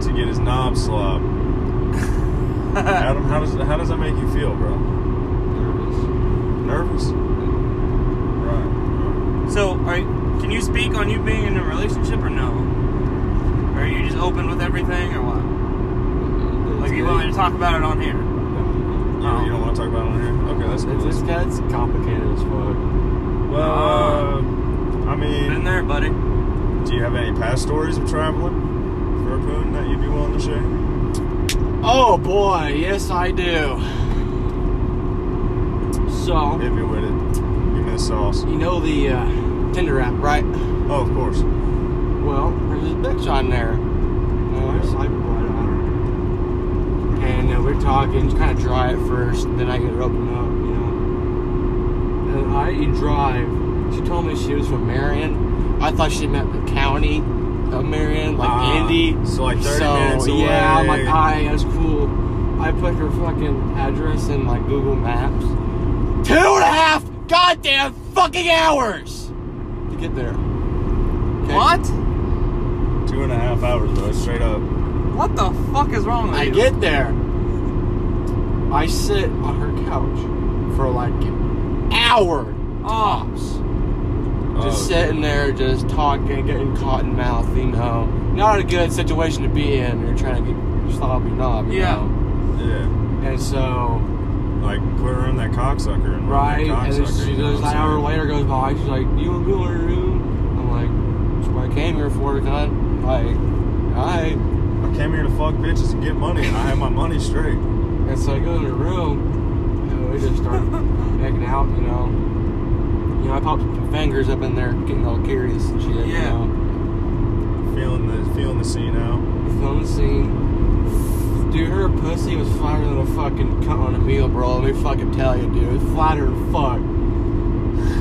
Speaker 1: to get his
Speaker 7: (laughs)
Speaker 1: knob slob. Adam, how does how does that make you feel, bro? Nervous. Nervous? Right.
Speaker 7: So, are can you speak on you being in a relationship or no? Or are you just open with everything or what? Like, you want me to talk about it on here?
Speaker 1: You, you don't want to talk about it on here? Okay, that's
Speaker 6: It's,
Speaker 1: cool.
Speaker 6: it's, it's complicated as fuck.
Speaker 1: Well, uh, I
Speaker 7: Oh. Been
Speaker 1: mean,
Speaker 7: there, buddy.
Speaker 1: do you have any past stories of traveling for a poon that you'd be willing to share?
Speaker 3: Oh boy, yes I do. So,
Speaker 1: Hit me with it. Give me the sauce.
Speaker 3: you know the uh, Tinder app, right?
Speaker 1: Oh, of course.
Speaker 3: Well, there's a bitch on there. Uh, I swiped right on her. And uh, we're talking, it's kind of dry at first, then I get her open up, you know. And I you drive. She told me she was from Marion. I thought she meant the county of Marion, like
Speaker 1: Ah,
Speaker 3: Indy.
Speaker 1: so like 30
Speaker 3: so,
Speaker 1: minutes
Speaker 3: Yeah, I'm
Speaker 1: away.
Speaker 3: like, aye, that's cool. I put her fucking address in like Google Maps. Two and a half goddamn fucking hours to get there. Okay?
Speaker 7: What?
Speaker 1: Two and a half hours, bro. Straight up.
Speaker 7: What the fuck is wrong with
Speaker 3: I
Speaker 7: you?
Speaker 3: get there. I sit on her couch for like an hour
Speaker 7: Oh,
Speaker 3: tops.
Speaker 1: Oh,
Speaker 3: Just
Speaker 12: Oh.
Speaker 3: sitting there, just talking, getting cotton mouth, you know. Not a good situation to be in. You're trying to get slob your knob, you
Speaker 7: Yeah.
Speaker 3: know.
Speaker 1: Yeah.
Speaker 3: And so,
Speaker 1: Like, put her in that cocksucker. And
Speaker 3: right, and then
Speaker 1: Cocksucker,
Speaker 3: she
Speaker 1: you know
Speaker 3: goes,
Speaker 1: what
Speaker 3: an
Speaker 1: I'm
Speaker 3: hour
Speaker 1: saying?
Speaker 3: later goes by, she's like, you want to go to your room? I'm like, that's what I came here for, cunt. Like, alright.
Speaker 1: I came here to fuck bitches and get money, and I have my money straight.
Speaker 3: And so I go in her room, and we just start making out, you know. You know, I popped some fingers up in there, getting all curious and shit.
Speaker 7: Yeah.
Speaker 3: You know,
Speaker 1: Feeling the feeling the scene out.
Speaker 3: film the scene. Dude, her pussy was flatter than a fucking cunt on a meal, bro. Let me fucking tell you, dude. It's flatter than fuck.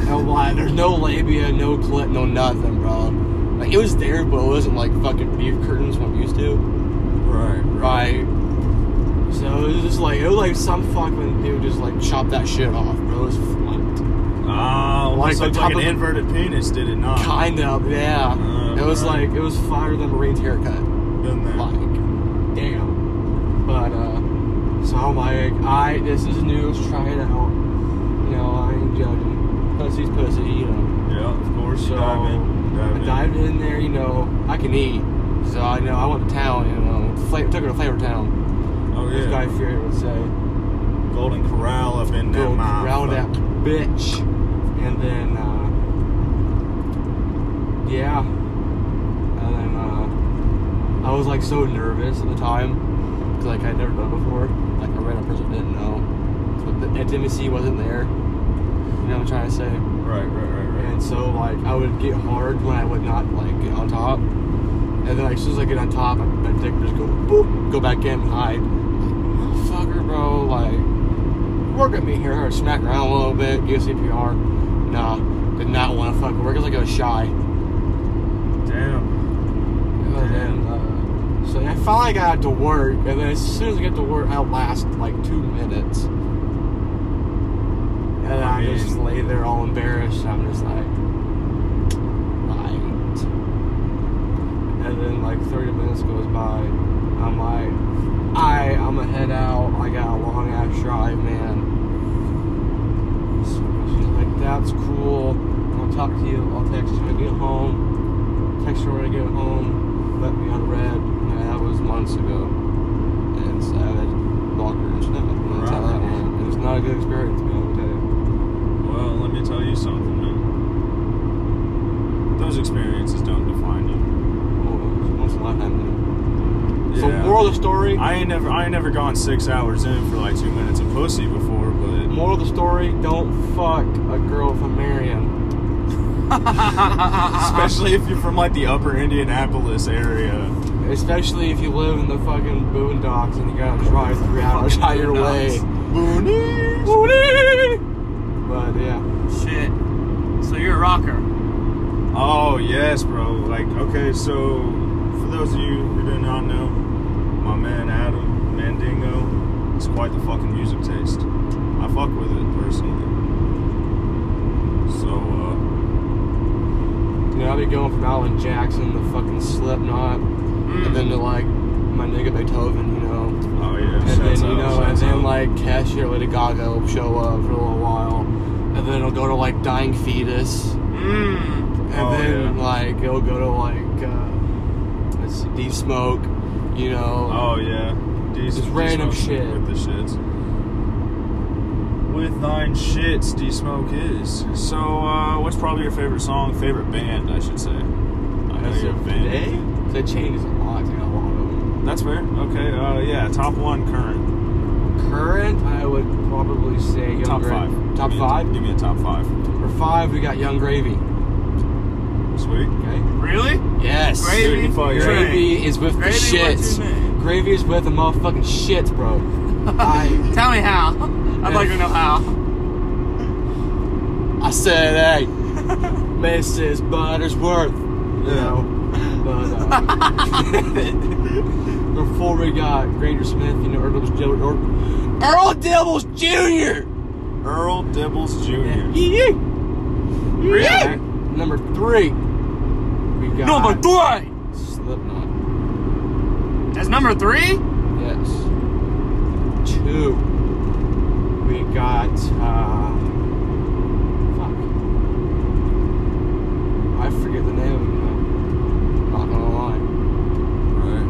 Speaker 3: No lie, there's no labia, no clit, no nothing, bro. Like, it was there, but it wasn't like fucking beef curtains what I'm used to.
Speaker 1: Right,
Speaker 3: Right. So it was just like it was like some fucking dude just like chopped that shit off, bro. It was flat.
Speaker 1: Ah,
Speaker 3: Like
Speaker 1: like,
Speaker 3: the
Speaker 1: like,
Speaker 3: top
Speaker 1: an
Speaker 3: of-
Speaker 1: inverted penis, did it not?
Speaker 3: Kind of, yeah.
Speaker 1: Uh,
Speaker 3: it was
Speaker 1: right.
Speaker 3: like it was fire than Marines haircut.
Speaker 1: Been there.
Speaker 3: Like, damn. But uh so I'm like, I this is new, let's try it out. You know, I ain't judging. Pussy's pussy, you know.
Speaker 1: Yeah, of course.
Speaker 3: So
Speaker 1: dive in. Dive
Speaker 3: I
Speaker 1: in.
Speaker 3: dived in there, you know, I can eat. So I know I went to town, you know, fla- took her to Flavor Town.
Speaker 1: Oh
Speaker 3: This guy
Speaker 1: yeah.
Speaker 3: Fury would say.
Speaker 1: Golden Corral up in that
Speaker 3: go
Speaker 12: uh,
Speaker 1: mouth.
Speaker 3: round that bitch, and then uh, yeah, and then uh, I was like so nervous at the time because like I'd never done before. Like a random person didn't know, so the intimacy wasn't there. You know what I'm trying to say?
Speaker 1: Right, right, right, right.
Speaker 3: And so like I would get hard when I would not like get on top, and then like, as soon as I get on top, my dick would just go boop, go back in, and hide. Fucker, bro, like work at me here, or smack around a little bit, give CPR. Nah, did not want to fucking work. It was like I was shy.
Speaker 1: Damn.
Speaker 3: And then, Oh, uh, so I finally got to work, and then as soon as I get to work, I'll last like two minutes. And then I,
Speaker 1: I
Speaker 3: just
Speaker 1: mean-
Speaker 3: lay there all embarrassed. and I'm just like, right. And then like 30 minutes goes by. I'm like, I, I'm gonna head out. I got a long ass drive, man. So she's like, that's cool. I'll talk to you. I'll text you when I get home text her when I get home, left me on red, and that was months ago. And so I had blocked her and stuff. And that's how that went. It was not a good experience, man, I'll tell you.
Speaker 1: Well, let me tell you something, man. Those experiences don't define you.
Speaker 3: Oh, it was once in a lifetime. dude. So,
Speaker 1: Yeah.
Speaker 3: moral of the story,
Speaker 1: I ain't never, I ain't never gone six hours in for like two minutes of pussy before, but
Speaker 3: moral of the story, don't fuck a girl from Marion.
Speaker 12: Especially if you're from like the upper Indianapolis area.
Speaker 3: Especially if you live in the fucking boondocks and you gotta drive three hours out your way.
Speaker 12: Boonies!
Speaker 3: But yeah.
Speaker 2: Shit. So you're a rocker.
Speaker 12: Oh yes, bro. Like okay, so for those of you who do not know, my man Adam Mandingo is quite the fucking music taste. I fuck with it personally. So uh,
Speaker 3: You know, I'll be going from Alan Jackson to fucking Slipknot and
Speaker 1: Mm.
Speaker 3: then to like my nigga Beethoven, you know.
Speaker 12: oh yeah,
Speaker 3: And
Speaker 12: shouts
Speaker 3: then you
Speaker 12: out,
Speaker 3: know, and
Speaker 12: shouts out.
Speaker 3: then like Cashier Lady Gaga will show up for a little while, and then it'll go to like Dying Fetus,
Speaker 2: Mmm.
Speaker 3: and
Speaker 12: Oh,
Speaker 3: then
Speaker 12: yeah.
Speaker 3: like it'll go to like uh, let's see, Deep Smoke, you know.
Speaker 12: Oh yeah, D's,
Speaker 3: Just random
Speaker 12: Smoke
Speaker 3: shit.
Speaker 12: with the shits. With thine shits, D Smoke is. So, uh, what's probably your favorite song, favorite band, I should say? Oh, I know
Speaker 3: As
Speaker 12: you're a
Speaker 3: of
Speaker 12: band.
Speaker 3: today, that changes a lot. 'cause I got a lot of them.
Speaker 12: That's fair. Okay. Uh, yeah. Top one current.
Speaker 3: Current, I would probably say Young
Speaker 12: top
Speaker 3: Gra-
Speaker 12: five.
Speaker 3: Top
Speaker 12: give
Speaker 3: five.
Speaker 12: Me a, give me a top five.
Speaker 3: For five, we got Young Gravy.
Speaker 12: Sweet.
Speaker 3: Okay.
Speaker 2: Really?
Speaker 3: Yes.
Speaker 12: Gravy. Dude, you fuck
Speaker 2: Train.
Speaker 3: Gravy is with the
Speaker 2: Gravy,
Speaker 3: shits.
Speaker 2: what's your name?
Speaker 3: Gravy is with the motherfucking shits,
Speaker 12: (laughs)
Speaker 3: bro. I.
Speaker 2: Tell me (laughs) how. I'd like to know how.
Speaker 3: I said, hey, Mrs. Buttersworth. You know, but uh, before we got Granger Smith, you know, Earl Dibbles, Earl, Earl Dibbles Jr.
Speaker 12: Earl Dibbles Jr.
Speaker 3: Yee.
Speaker 12: Really?
Speaker 3: Number three, we got
Speaker 2: Number three.
Speaker 3: Slipknot.
Speaker 2: That's number three.
Speaker 3: Yes. Two, we got uh, fuck. I forget the name. of him now. Not gonna lie.
Speaker 12: Right.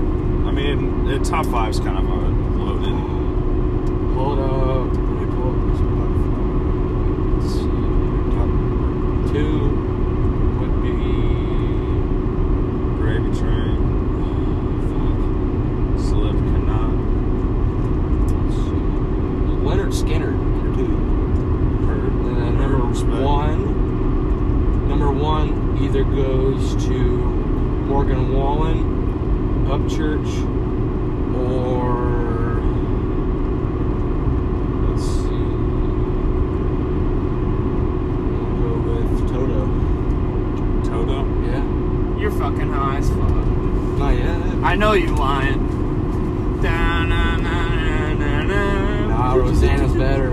Speaker 12: I mean, the top five's kind of uh, loaded.
Speaker 3: Hold up. Let me pull up this motherfucker. Let's see. Top two would be.
Speaker 12: Gravy Train,
Speaker 3: Fuck.
Speaker 12: Slip Cannot,
Speaker 3: Let's see. Leonard Skinner, number two.
Speaker 12: Heard.
Speaker 3: And then number
Speaker 12: Respect.
Speaker 3: one. Number one either goes to Morgan Wallen, Upchurch, or. Let's see. We'll go with Toto.
Speaker 12: Toto.
Speaker 3: Yeah.
Speaker 2: You're fucking high as fuck.
Speaker 3: Not yet.
Speaker 2: I know you lying. Da-na-na-na-na-na.
Speaker 3: Nah, Rosanna's better.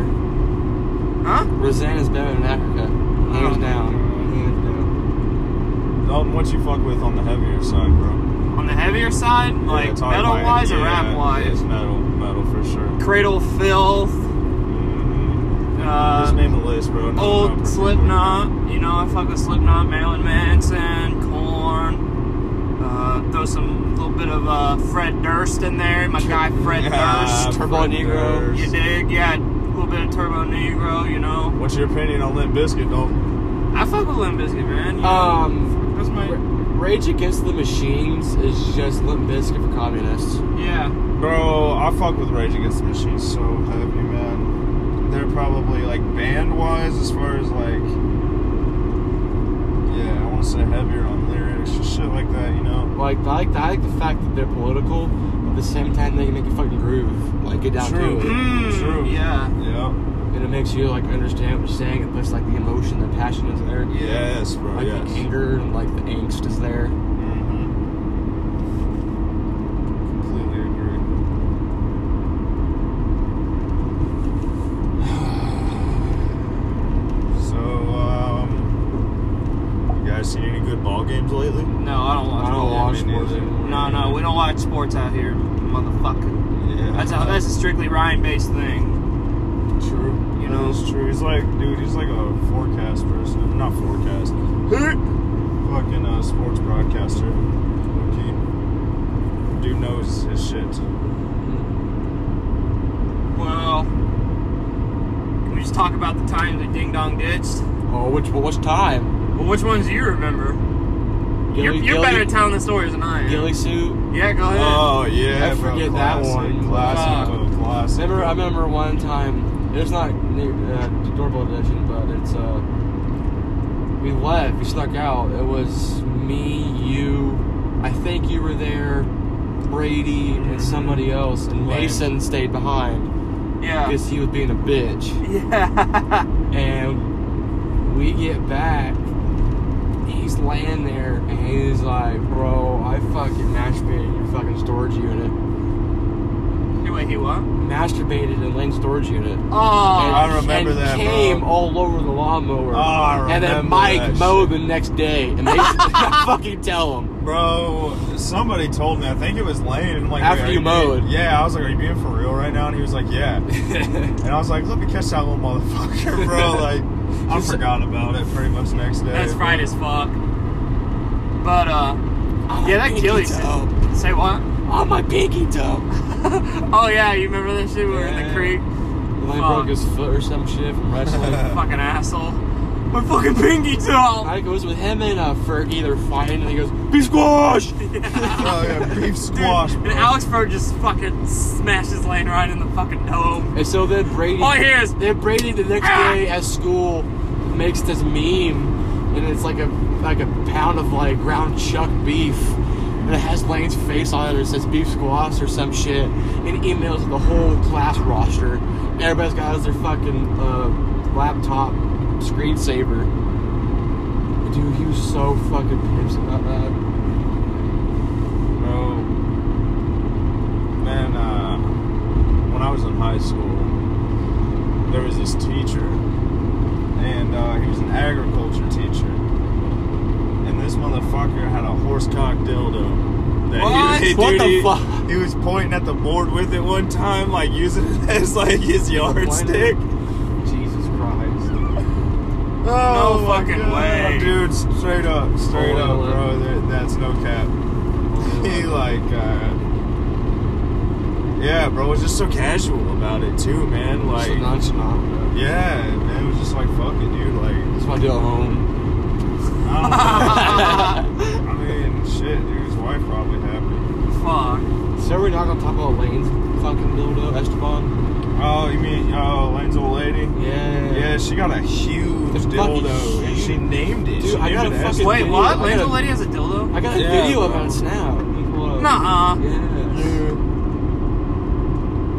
Speaker 2: Huh?
Speaker 3: Rosanna's better than Africa. Hands down. Hands down.
Speaker 12: Dalton, Oh, what you fuck with on the heavier side, bro?
Speaker 2: On the heavier side, like
Speaker 12: Yeah, talk
Speaker 2: metal
Speaker 12: about it.
Speaker 2: wise or
Speaker 12: Yeah,
Speaker 2: rap
Speaker 12: It's
Speaker 2: wise,
Speaker 12: metal, metal for sure.
Speaker 2: Cradle Filth,
Speaker 12: Mm-hmm. Just
Speaker 2: uh,
Speaker 12: name the list, bro. No, no,
Speaker 2: old
Speaker 12: pretty
Speaker 2: Slipknot. You know, I fuck with Slipknot, Marilyn Manson, Corn. Uh, throw some little bit of uh, Fred Durst in there, my guy (laughs) Fred
Speaker 12: good.
Speaker 2: Durst.
Speaker 12: Ah,
Speaker 3: Turbo Negro.
Speaker 2: You dig? Yeah, a little bit of Turbo Negro. You know,
Speaker 12: What's your opinion on Limp Bizkit, Dalton?
Speaker 2: I fuck with Limp Bizkit, man. You know,
Speaker 3: Um,
Speaker 2: that's
Speaker 3: R-
Speaker 2: my
Speaker 3: Rage Against the Machines is just Limp Bizkit for communists.
Speaker 2: yeah.
Speaker 12: Bro, I fuck with Rage Against the Machine so heavy, man. They're probably like band wise, as far as like, yeah, I want to say heavier on lyrics, just shit like that, you know.
Speaker 3: Like, I like, I like the fact that they're political, but at the same time, they can make a fucking groove. Like, get down
Speaker 12: True.
Speaker 3: to it.
Speaker 2: Mm,
Speaker 12: True.
Speaker 2: Yeah.
Speaker 12: Yeah.
Speaker 3: And it makes you, like, understand what you're saying. It puts, like, the emotion, the passion is there.
Speaker 12: Yes, bro.
Speaker 3: Like, the
Speaker 12: yes.
Speaker 3: anger and, like, the angst is there.
Speaker 12: Mhm. Completely agree. (sighs) So, um, you guys seen any good ball games lately?
Speaker 2: No, I don't watch.
Speaker 3: I don't
Speaker 2: football.
Speaker 3: watch
Speaker 12: me
Speaker 3: sports
Speaker 12: neither.
Speaker 3: anymore.
Speaker 2: No, no, we don't watch sports out here, motherfucker.
Speaker 12: Yeah,
Speaker 2: That's a that's a strictly Ryan based thing.
Speaker 12: true.
Speaker 2: you
Speaker 12: You
Speaker 2: know.
Speaker 12: know, it's true. He's like, dude, he's like a forecast person. Not forecast. Fucking uh, sports broadcaster. Okay. Dude knows his shit.
Speaker 2: Well, can we just talk about the times we ding dong ditched?
Speaker 3: Oh, which, well, which time?
Speaker 2: Well, which ones do you remember? you're
Speaker 3: Gilly-
Speaker 2: you're better at
Speaker 3: Gilly-
Speaker 2: telling the stories than I am.
Speaker 3: Gilly suit.
Speaker 2: Yeah, go ahead.
Speaker 12: Oh, yeah,
Speaker 3: I
Speaker 12: bro,
Speaker 3: forget that
Speaker 12: classic,
Speaker 3: one.
Speaker 12: Classic,
Speaker 3: Fuck.
Speaker 12: bro, classic.
Speaker 3: I remember, I remember one time. It's not new, uh, doorbell edition, but it's uh, we left. We snuck out. It was me, you. I think you were there, Brady, and somebody else. And Mason stayed behind
Speaker 2: Yeah.
Speaker 3: because he was being a bitch.
Speaker 2: (laughs) Yeah.
Speaker 3: And we get back, he's laying there, and he's like, "Bro, I fucking masturbated in your fucking storage unit.
Speaker 2: Hey, Wait, he what?
Speaker 3: Masturbated in Lane's storage unit."
Speaker 2: Oh,
Speaker 3: I
Speaker 12: remember
Speaker 3: and
Speaker 12: that, bro.
Speaker 3: Came all over the lawnmower.
Speaker 12: Oh, I
Speaker 3: and then
Speaker 12: remember
Speaker 3: Mike
Speaker 12: that
Speaker 3: mowed
Speaker 12: shit.
Speaker 3: the next day, and
Speaker 2: (laughs)
Speaker 3: they (laughs) fucking tell him.
Speaker 12: Bro, somebody told me. I think it was Lane. And I'm like,
Speaker 3: After
Speaker 12: "Wait, are
Speaker 3: you mowed."
Speaker 12: being- Yeah, I was like, "Are you being for real right now?" And he was like, (laughs) "Yeah." and I was like, "Let me catch that little motherfucker, (laughs) bro." Like, I forgot about it pretty much next day.
Speaker 2: that's right as fuck. But uh, yeah, that kill you. said- Say what?
Speaker 3: On my pinky toe.
Speaker 2: oh yeah, you remember that shit? We were in
Speaker 3: Yeah.
Speaker 2: the creek.
Speaker 3: Lane
Speaker 2: Fuck.
Speaker 3: broke his foot or some shit from wrestling.
Speaker 12: (laughs)
Speaker 2: Fucking asshole. My fucking pinky toe.
Speaker 3: I goes with him and uh, Fergie. They're fighting, and he goes, "Be squash."
Speaker 12: Oh yeah, beef (laughs) squash.
Speaker 2: And
Speaker 12: bro.
Speaker 2: Alex Bird just fucking smashes Lane right in the fucking dome.
Speaker 3: And so then Brady,
Speaker 2: All I hear is,
Speaker 3: then Brady the next
Speaker 2: Ah!
Speaker 3: day at school makes this meme, and it's like a like a pound of like ground chuck beef, and it has Lane's face on it, or it says beef squash or some shit, and emails the whole class roster. Everybody's got their fucking uh, laptop screensaver. Dude, he was so fucking pissed about that.
Speaker 12: Bro, man, uh, when I was in high school, there was this teacher, and uh, he was an agriculture teacher. And this motherfucker had a horsecock dildo. That
Speaker 2: What?
Speaker 12: He,
Speaker 3: What
Speaker 12: dude,
Speaker 3: the
Speaker 12: he-
Speaker 3: fuck?
Speaker 12: He was pointing at the board with it one time, like using it (laughs) as like his yardstick.
Speaker 3: Jesus (laughs) Christ.
Speaker 12: Oh,
Speaker 2: No
Speaker 12: my
Speaker 2: fucking
Speaker 12: God,
Speaker 2: way.
Speaker 12: dude! Straight up, straight up, bro. That- That's no cap. (laughs) he like, uh, yeah, bro. Was just so casual about it too, man.
Speaker 3: So
Speaker 12: Like,
Speaker 3: nonchalant, bro.
Speaker 12: yeah, man. It was just like, fuck it, dude. Like,
Speaker 3: That's what I do at home.
Speaker 12: I
Speaker 3: (laughs)
Speaker 12: don't know. I mean, shit, dude. His wife probably happy.
Speaker 2: Fuck.
Speaker 3: So we're not gonna talk about Lane's fucking dildo, Esteban.
Speaker 12: Oh, you mean uh, Lane's old lady?
Speaker 3: Yeah.
Speaker 12: Yeah, she got a huge
Speaker 3: It's fucking
Speaker 12: dildo, and she
Speaker 3: huge.
Speaker 12: named it.
Speaker 3: Dude,
Speaker 12: she
Speaker 3: I
Speaker 12: named
Speaker 3: got
Speaker 12: it
Speaker 3: a
Speaker 12: as-
Speaker 3: fucking-
Speaker 2: Wait,
Speaker 3: video.
Speaker 2: what?
Speaker 3: I
Speaker 2: Lane's
Speaker 3: gotta-
Speaker 2: old lady has a dildo?
Speaker 3: I got a
Speaker 12: Yeah,
Speaker 3: video of it
Speaker 12: bro.
Speaker 3: on Snap. You can pull it up.
Speaker 2: Nuh-uh.
Speaker 3: Yeah.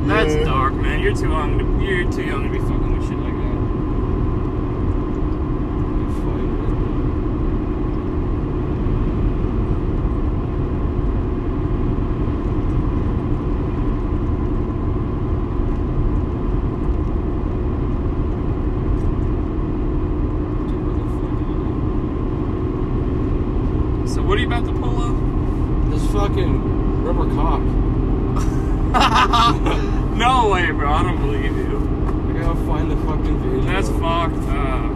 Speaker 2: That's
Speaker 12: Yeah.
Speaker 2: dark, man. You're too young. To, you're too young to be fucking with shit like that. So what are you about to pull up?
Speaker 3: This fucking rubber cock.
Speaker 2: (laughs) no way, bro. I don't believe you.
Speaker 3: I gotta find the fucking video.
Speaker 2: That's fucked up.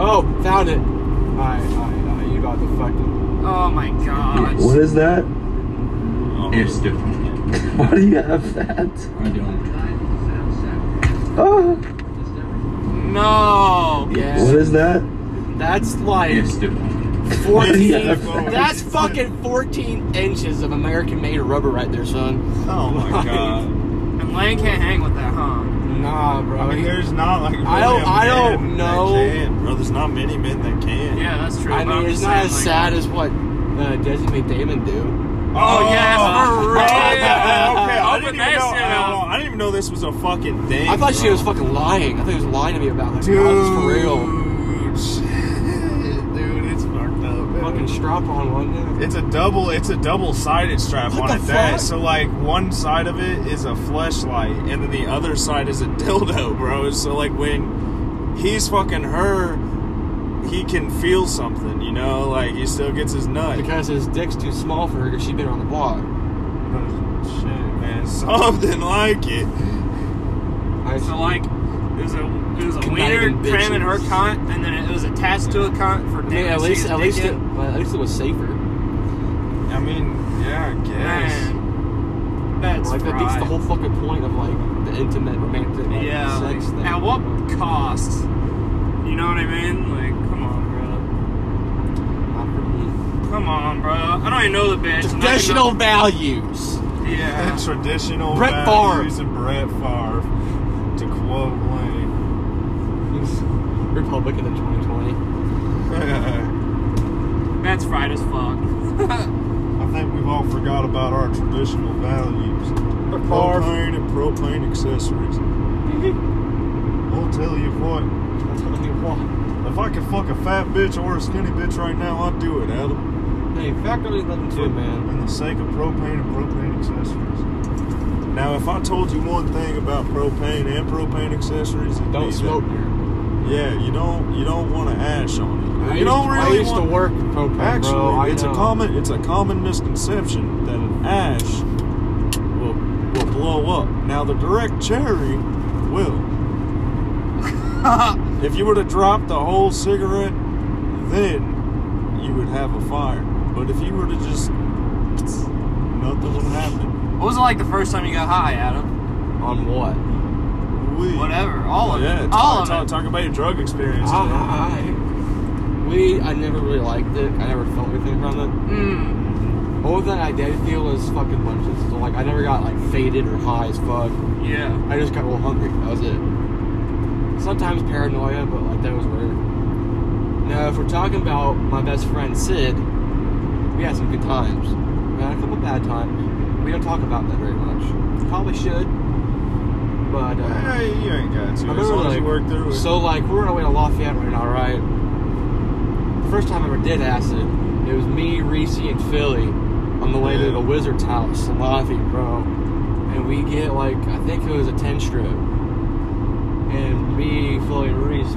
Speaker 3: Oh, found it. Alright, alright, alright. You got the fucking.
Speaker 2: Oh my god.
Speaker 13: What is that?
Speaker 12: Oh,
Speaker 13: It's different. Why do you have that? I don't. Oh,
Speaker 12: Oh.
Speaker 2: No.
Speaker 3: Yeah.
Speaker 13: what is that?
Speaker 3: That's like.
Speaker 13: Yeah,
Speaker 3: 14.
Speaker 13: bro.
Speaker 3: that's fucking 14 inches of American made rubber right there, son.
Speaker 12: Oh
Speaker 3: (laughs)
Speaker 12: my god.
Speaker 2: And Lane can't hang with that, huh?
Speaker 3: Nah, bro.
Speaker 12: I mean, there's not like. Really
Speaker 3: I don't-
Speaker 12: a
Speaker 3: I
Speaker 12: man
Speaker 3: don't
Speaker 12: that
Speaker 3: know.
Speaker 12: Can, bro, there's not many men that can.
Speaker 2: Yeah, that's true.
Speaker 3: I
Speaker 2: but I'm
Speaker 3: mean, it's
Speaker 2: just
Speaker 3: not
Speaker 2: saying,
Speaker 3: as
Speaker 2: like-
Speaker 3: sad as what uh, Desmond Damon do.
Speaker 2: Oh, yes, for real.
Speaker 12: okay, I
Speaker 2: Open
Speaker 12: didn't, even
Speaker 2: that
Speaker 12: know,
Speaker 2: shit up.
Speaker 12: I, I didn't even know this was a fucking thing.
Speaker 3: I thought she
Speaker 12: bro.
Speaker 3: was fucking lying. I thought he was lying to me about like,
Speaker 12: Dude,
Speaker 3: no, this is for real.
Speaker 12: shit, dude, it's fucked up. Man.
Speaker 3: Fucking strap on one.
Speaker 12: It's a double. It's a double-sided strap
Speaker 3: What
Speaker 12: on
Speaker 3: the
Speaker 12: it. That
Speaker 3: fuck?
Speaker 12: so like one side of it is a fleshlight, and then the other side is a (laughs) dildo, bro. So like when he's fucking her, he can feel something, you know. Like he still gets his nut.
Speaker 3: Because his dick's too small for her because she's been around the block.
Speaker 12: Shit, man, something like it.
Speaker 3: I
Speaker 2: So like, it was a it was a wiener
Speaker 3: Conniving
Speaker 2: cramming in her
Speaker 3: bitches.
Speaker 2: cunt, and then it was attached to a cunt for
Speaker 3: I mean,
Speaker 2: damn.
Speaker 3: at least, at least, it,
Speaker 2: it,
Speaker 3: well, at least it was safer.
Speaker 12: I mean, yeah, I guess.
Speaker 2: man, that's
Speaker 3: like that beats the
Speaker 2: fried.
Speaker 3: whole fucking point of like the intimate romantic like,
Speaker 2: yeah.
Speaker 3: sex
Speaker 2: like,
Speaker 3: thing.
Speaker 2: at what cost? You know what I mean? Like, come on,
Speaker 3: Not for me.
Speaker 2: bro. Come on, bro. I don't even know the bitch. and I can
Speaker 3: Traditional values.
Speaker 2: know- Yeah.
Speaker 12: Traditional
Speaker 3: Brett
Speaker 12: values
Speaker 3: Favre.
Speaker 12: and Brett Favre to quote Lane.
Speaker 3: Republican in 2020.
Speaker 7: Matt's fried as fuck.
Speaker 12: (laughs) I think we've all forgot about our traditional values. Propane and propane accessories.
Speaker 3: (laughs)
Speaker 12: I'll tell you what. If I could fuck a fat bitch or a skinny bitch right now, I'd do it, Adam.
Speaker 3: Hey, faculty nothing to it, man.
Speaker 12: In the sake of propane and propane accessories. Now, if I told you one thing about propane and propane accessories, it'd be
Speaker 3: Don't
Speaker 12: that-
Speaker 3: smoke.
Speaker 12: Yeah, you don't. You don't want to ash on it.
Speaker 3: I
Speaker 12: you
Speaker 3: used,
Speaker 12: don't
Speaker 3: I
Speaker 12: really
Speaker 3: used
Speaker 12: want
Speaker 3: to work propane,
Speaker 12: Actually,
Speaker 3: bro. I
Speaker 12: it's a
Speaker 3: know.
Speaker 12: common it's a common misconception that an ash will will blow up. Now the direct cherry will. (laughs) if you were to drop the whole cigarette, then you would have a fire. But if you were to just nothing would happen.
Speaker 7: What was it like the first time you got high, Adam?
Speaker 3: on what?
Speaker 12: Weed.
Speaker 7: Whatever, all of
Speaker 12: Yeah,
Speaker 7: it,
Speaker 12: talk,
Speaker 7: all of
Speaker 12: talk,
Speaker 7: it.
Speaker 12: talk about your drug experience.
Speaker 3: I, I, we, I never really liked it. I never felt anything from it.
Speaker 7: Mm.
Speaker 3: All that I did feel was fucking bunches. So, like, I never got, like, faded or high as fuck.
Speaker 7: Yeah.
Speaker 3: I just got real hungry. That was it. Sometimes paranoia, but, like, that was weird. Now, if we're talking about my best friend, Sid, we had some good times. We had a couple bad times. We don't talk about that very much. Probably should. But, uh...
Speaker 12: (laughs) Hey, you ain't got to.
Speaker 3: I
Speaker 12: As
Speaker 3: remember
Speaker 12: long as
Speaker 3: like,
Speaker 12: you work through it.
Speaker 3: so like we're on our way to Lafayette right now, right? The first time I ever did acid, it was me, Reese, and Philly on the way
Speaker 12: Yeah.
Speaker 3: to the Wizard's house in Lafayette, bro. And we get like I think it was a ten strip, and me, Philly, and Reese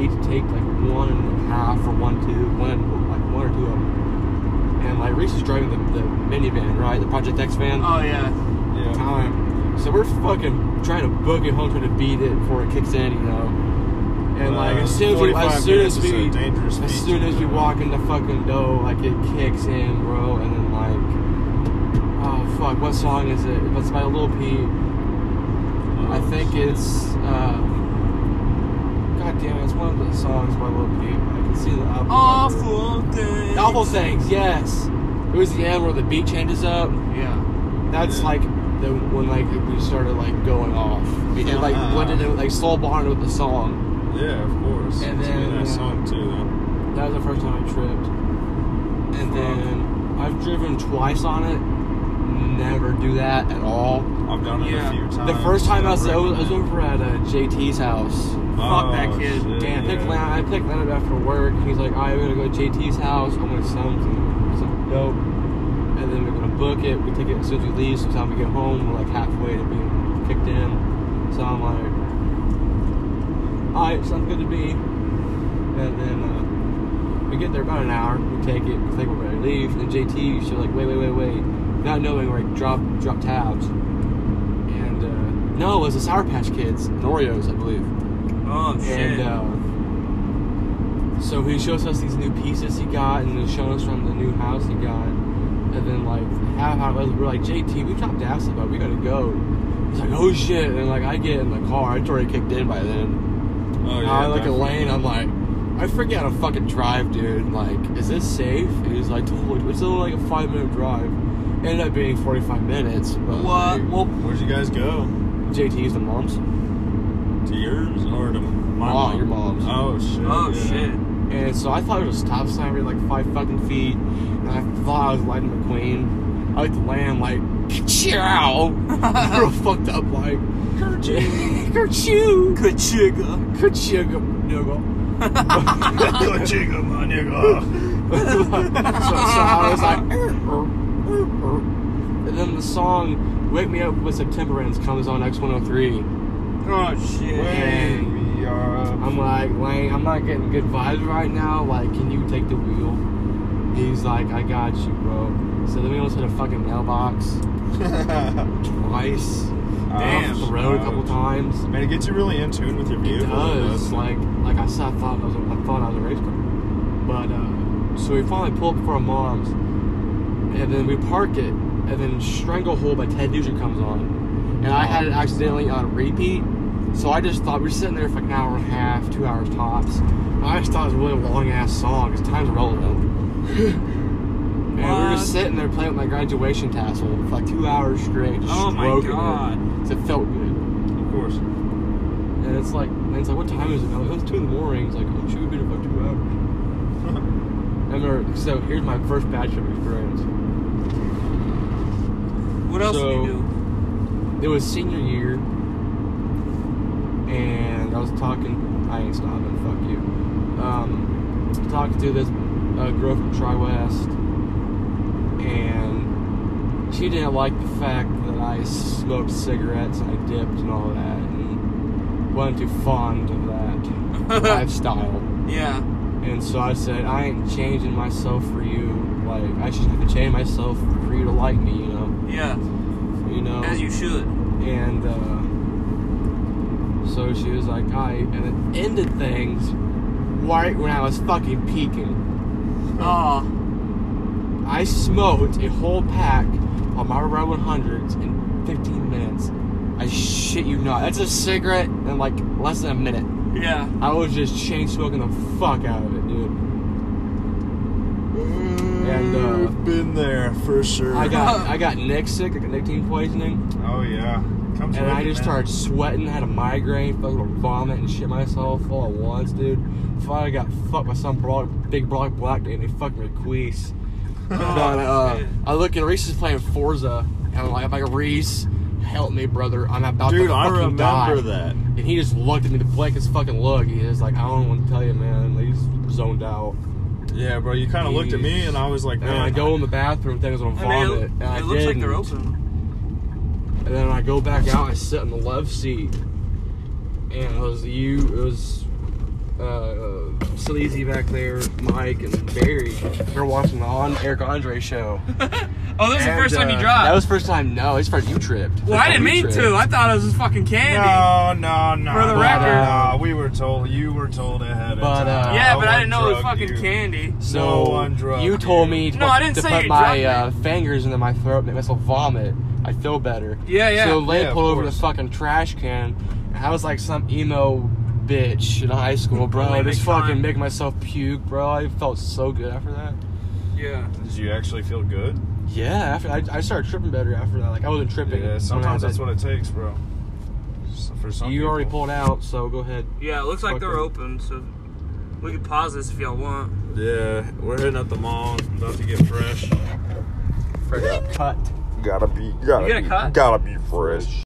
Speaker 3: each take like one and a half or one two, one like one or two of them. And like Reese is driving the, the minivan, right? The Project X van
Speaker 7: Oh yeah.
Speaker 12: yeah.
Speaker 3: time. So we're fucking trying to book it home, trying to beat it before it kicks in, you know. And like
Speaker 12: Uh,
Speaker 3: as soon as we,
Speaker 12: 45
Speaker 3: as soon
Speaker 12: minutes
Speaker 3: as
Speaker 12: is a
Speaker 3: we,
Speaker 12: dangerous
Speaker 3: as
Speaker 12: feat.
Speaker 3: soon as we walk in the fucking door, like it kicks in, bro. And then like, oh fuck, what song is it? It's by Lil Peep.
Speaker 12: Oh,
Speaker 3: I think it's. Uh, God damn it, it's one of the songs by Lil Peep. I can see the album. cover.
Speaker 7: Awful thing.
Speaker 3: Awful things, yes. It was the end where the beat changes up.
Speaker 7: Yeah.
Speaker 3: That's like the when like we started like going off. We had like
Speaker 12: Uh-huh.
Speaker 3: blended it like soul bonded with the song.
Speaker 12: Yeah, of course.
Speaker 3: And
Speaker 12: It's a
Speaker 3: then,
Speaker 12: good ass
Speaker 3: uh,
Speaker 12: song too, though.
Speaker 3: That was the first time I tripped. And then I've driven twice on it. Never do that at all.
Speaker 12: I've done it
Speaker 7: Yeah.
Speaker 12: a few times.
Speaker 3: The first time I was, I
Speaker 12: Never-
Speaker 3: was, I was over at uh, JT's house.
Speaker 12: Oh,
Speaker 7: that kid.
Speaker 12: shit,
Speaker 3: And I picked
Speaker 12: yeah.
Speaker 3: Lan- I picked Lan up after work. He's like, alright, we're gonna go to JT's house. I'm gonna sell him some, some dope. And then we're gonna book it. We take it as soon as we leave. So by the time we get home, we're like halfway to being kicked in. So I'm like, alright, sounds good to me. And then uh, we get there about an hour. We take it. We think we're ready to leave. And JT, she's like, wait, wait, wait, wait. Not knowing, like, drop, drop tabs. And uh, no, it was the Sour Patch Kids and Oreos, I believe.
Speaker 7: Oh shit.
Speaker 3: And uh, so he shows us these new pieces he got, and then showing us from the new house he got. And then like half hour later, we're like, JT, we dropped acid, but we gotta go. He's like, oh shit! And like I get in the car, I'd already kicked in by then.
Speaker 12: Oh,
Speaker 3: And
Speaker 12: yeah,
Speaker 3: I look at
Speaker 12: definitely.
Speaker 3: Lane, I'm like, I forget how to fucking drive, dude. Like, is this safe? And he's like, totally. It's only like a five minute drive. Ended up being 45 minutes. But
Speaker 7: what?
Speaker 3: like,
Speaker 7: Well,
Speaker 12: Where'd you guys go?
Speaker 3: JT's the mom's.
Speaker 12: To yours or to my
Speaker 3: Oh,
Speaker 12: mom?
Speaker 3: your mom's.
Speaker 12: Oh shit.
Speaker 7: oh
Speaker 12: yeah.
Speaker 7: shit.
Speaker 3: And so I thought it was a stop sign, every like five fucking feet. And I thought I was Lightning McQueen. I like to land like, chow! Real fucked up, like, kerchoo! (laughs) kerchoo!
Speaker 7: Kachiga.
Speaker 3: Kerchoo!
Speaker 12: Good jigga, my nigga.
Speaker 3: so, (laughs) so I was like, "Er, er, er, er." and then the song Wake Me Up When September Ends comes on X103.
Speaker 7: Oh shit.
Speaker 3: And
Speaker 12: We are um, up. (laughs)
Speaker 3: I'm like, Wayne, I'm not getting good vibes right now. Like, can you take the wheel? He's like, I got you, bro. So then we almost hit a fucking mailbox twice.
Speaker 12: Damn.
Speaker 3: Off the road a couple times.
Speaker 12: Man, it gets you really in tune with your
Speaker 3: It
Speaker 12: vehicle.
Speaker 3: does.
Speaker 12: doesn't it?
Speaker 3: Like, like I said, I thought I was, I thought I was a race car. But uh, so we finally pull up for our moms, and then we park it, and then Stranglehold by Ted Nugent comes on, and I had it accidentally on repeat. So I just thought we were sitting there for like an hour and a half, two hours tops. And I just thought it was a really long ass song because time's
Speaker 7: (laughs)
Speaker 3: relevant. and we were
Speaker 7: What?
Speaker 3: just sitting there playing with my graduation tassel for like two hours straight. Just
Speaker 7: Oh my
Speaker 3: stroking it.
Speaker 7: God.
Speaker 3: It felt good.
Speaker 12: of course.
Speaker 3: And it's like, and it's like, what time is it? Now? Like, oh, it's two in the morning. It's like, oh, should we be there about two hours? I remember, so here's my first batch of experience.
Speaker 7: What else
Speaker 3: so,
Speaker 7: did you
Speaker 3: It was senior year, and I was talking. I ain't stopping. Fuck you. Um, talking to this uh, girl from Tri West, and she didn't like the fact that I smoked cigarettes and I dipped and all that, and wasn't too fond of that lifestyle.
Speaker 7: do? Yeah.
Speaker 3: And so I said, I ain't changing myself for you. Like I should have to change myself for you to like me, you know.
Speaker 7: Yeah.
Speaker 3: You know.
Speaker 7: As you should.
Speaker 3: and uh, so she was like, I and it ended things right when I was fucking peaking.
Speaker 7: Oh.
Speaker 3: I smoked a whole pack on my Red 100s in 15 minutes. I shit you not. That's a cigarette in like less than a minute.
Speaker 7: Yeah.
Speaker 3: I was just chain smoking the fuck out of it, dude. And uh,
Speaker 12: I've been there for sure.
Speaker 7: (laughs)
Speaker 3: I got I got nick sick, I got nicotine poisoning,
Speaker 12: Oh yeah. Comes
Speaker 3: and
Speaker 12: with
Speaker 3: I
Speaker 12: it,
Speaker 3: just
Speaker 12: man.
Speaker 3: started sweating, had a migraine, fucking would vomit and shit myself all at once, dude. Finally got fucked by some broad, big broad black dude, and he fucked me with
Speaker 12: (laughs)
Speaker 3: queefs.
Speaker 12: Oh,
Speaker 3: but, uh, I look and Reese is playing Forza, and I'm like, I'm like Reese, help me, brother, I'm about
Speaker 12: Dude,
Speaker 3: to
Speaker 12: I
Speaker 3: fucking
Speaker 12: remember
Speaker 3: die.
Speaker 12: that.
Speaker 3: And he just looked at me, the blankest fucking look. He is like, I don't want to tell you, man. Like, he's zoned out.
Speaker 12: Yeah, bro. You kind of looked at me, and I was like,
Speaker 3: And
Speaker 12: man,
Speaker 3: I go in the bathroom, things on
Speaker 7: I mean,
Speaker 3: vomit.
Speaker 7: it,
Speaker 3: and I
Speaker 7: it looks like
Speaker 3: didn't.
Speaker 7: they're open.
Speaker 3: And then I go back out, I sit in the love seat, and it was you, it was uh, Sleazy back there, Mike, and Barry. We were watching the on Eric Andre show.
Speaker 7: Oh, that was the
Speaker 3: And,
Speaker 7: first time you
Speaker 3: uh,
Speaker 7: dropped.
Speaker 3: That was the first time, no, it's first you tripped.
Speaker 7: well, I didn't
Speaker 3: You
Speaker 7: mean
Speaker 3: tripped.
Speaker 7: to. I thought it was just fucking candy.
Speaker 12: No, no, no.
Speaker 7: For the
Speaker 12: no,
Speaker 7: record.
Speaker 12: no, we were told. You were told ahead
Speaker 3: But,
Speaker 12: of time.
Speaker 3: uh,
Speaker 7: yeah, but I
Speaker 12: one
Speaker 7: didn't know it was
Speaker 12: drugged
Speaker 7: fucking
Speaker 12: you.
Speaker 7: candy.
Speaker 12: No one drugged
Speaker 3: you told me to,
Speaker 7: No,
Speaker 3: put-
Speaker 7: I didn't
Speaker 3: to
Speaker 7: say
Speaker 3: put
Speaker 7: you
Speaker 3: my uh,
Speaker 7: drugged
Speaker 3: fingers into my throat, make myself vomit. I feel better.
Speaker 7: Yeah, yeah.
Speaker 3: So Lane
Speaker 12: Yeah, of
Speaker 3: pulled over the
Speaker 12: course.
Speaker 3: fucking trash can, and I was like some emo bitch in high school, bro.
Speaker 7: Only
Speaker 3: I just
Speaker 7: big
Speaker 3: fucking
Speaker 7: time.
Speaker 3: make myself puke, bro. I felt so good after that.
Speaker 7: Yeah.
Speaker 12: Did you actually feel good?
Speaker 3: Yeah, after I, I started tripping better after that. Like I wasn't tripping. when I
Speaker 12: Yeah. Sometimes
Speaker 3: had
Speaker 12: that's
Speaker 3: that.
Speaker 12: what it takes, bro. So for some.
Speaker 3: you already
Speaker 12: people-
Speaker 3: pulled out, so go ahead.
Speaker 7: Yeah, it looks like they're
Speaker 3: Fucking-
Speaker 7: open, so we can pause this if y'all want.
Speaker 12: Yeah, we're hitting up the mall. About to get fresh.
Speaker 3: Cut.
Speaker 13: Gotta be, gotta
Speaker 7: You got a
Speaker 13: be,
Speaker 7: cut?
Speaker 13: gotta be fresh.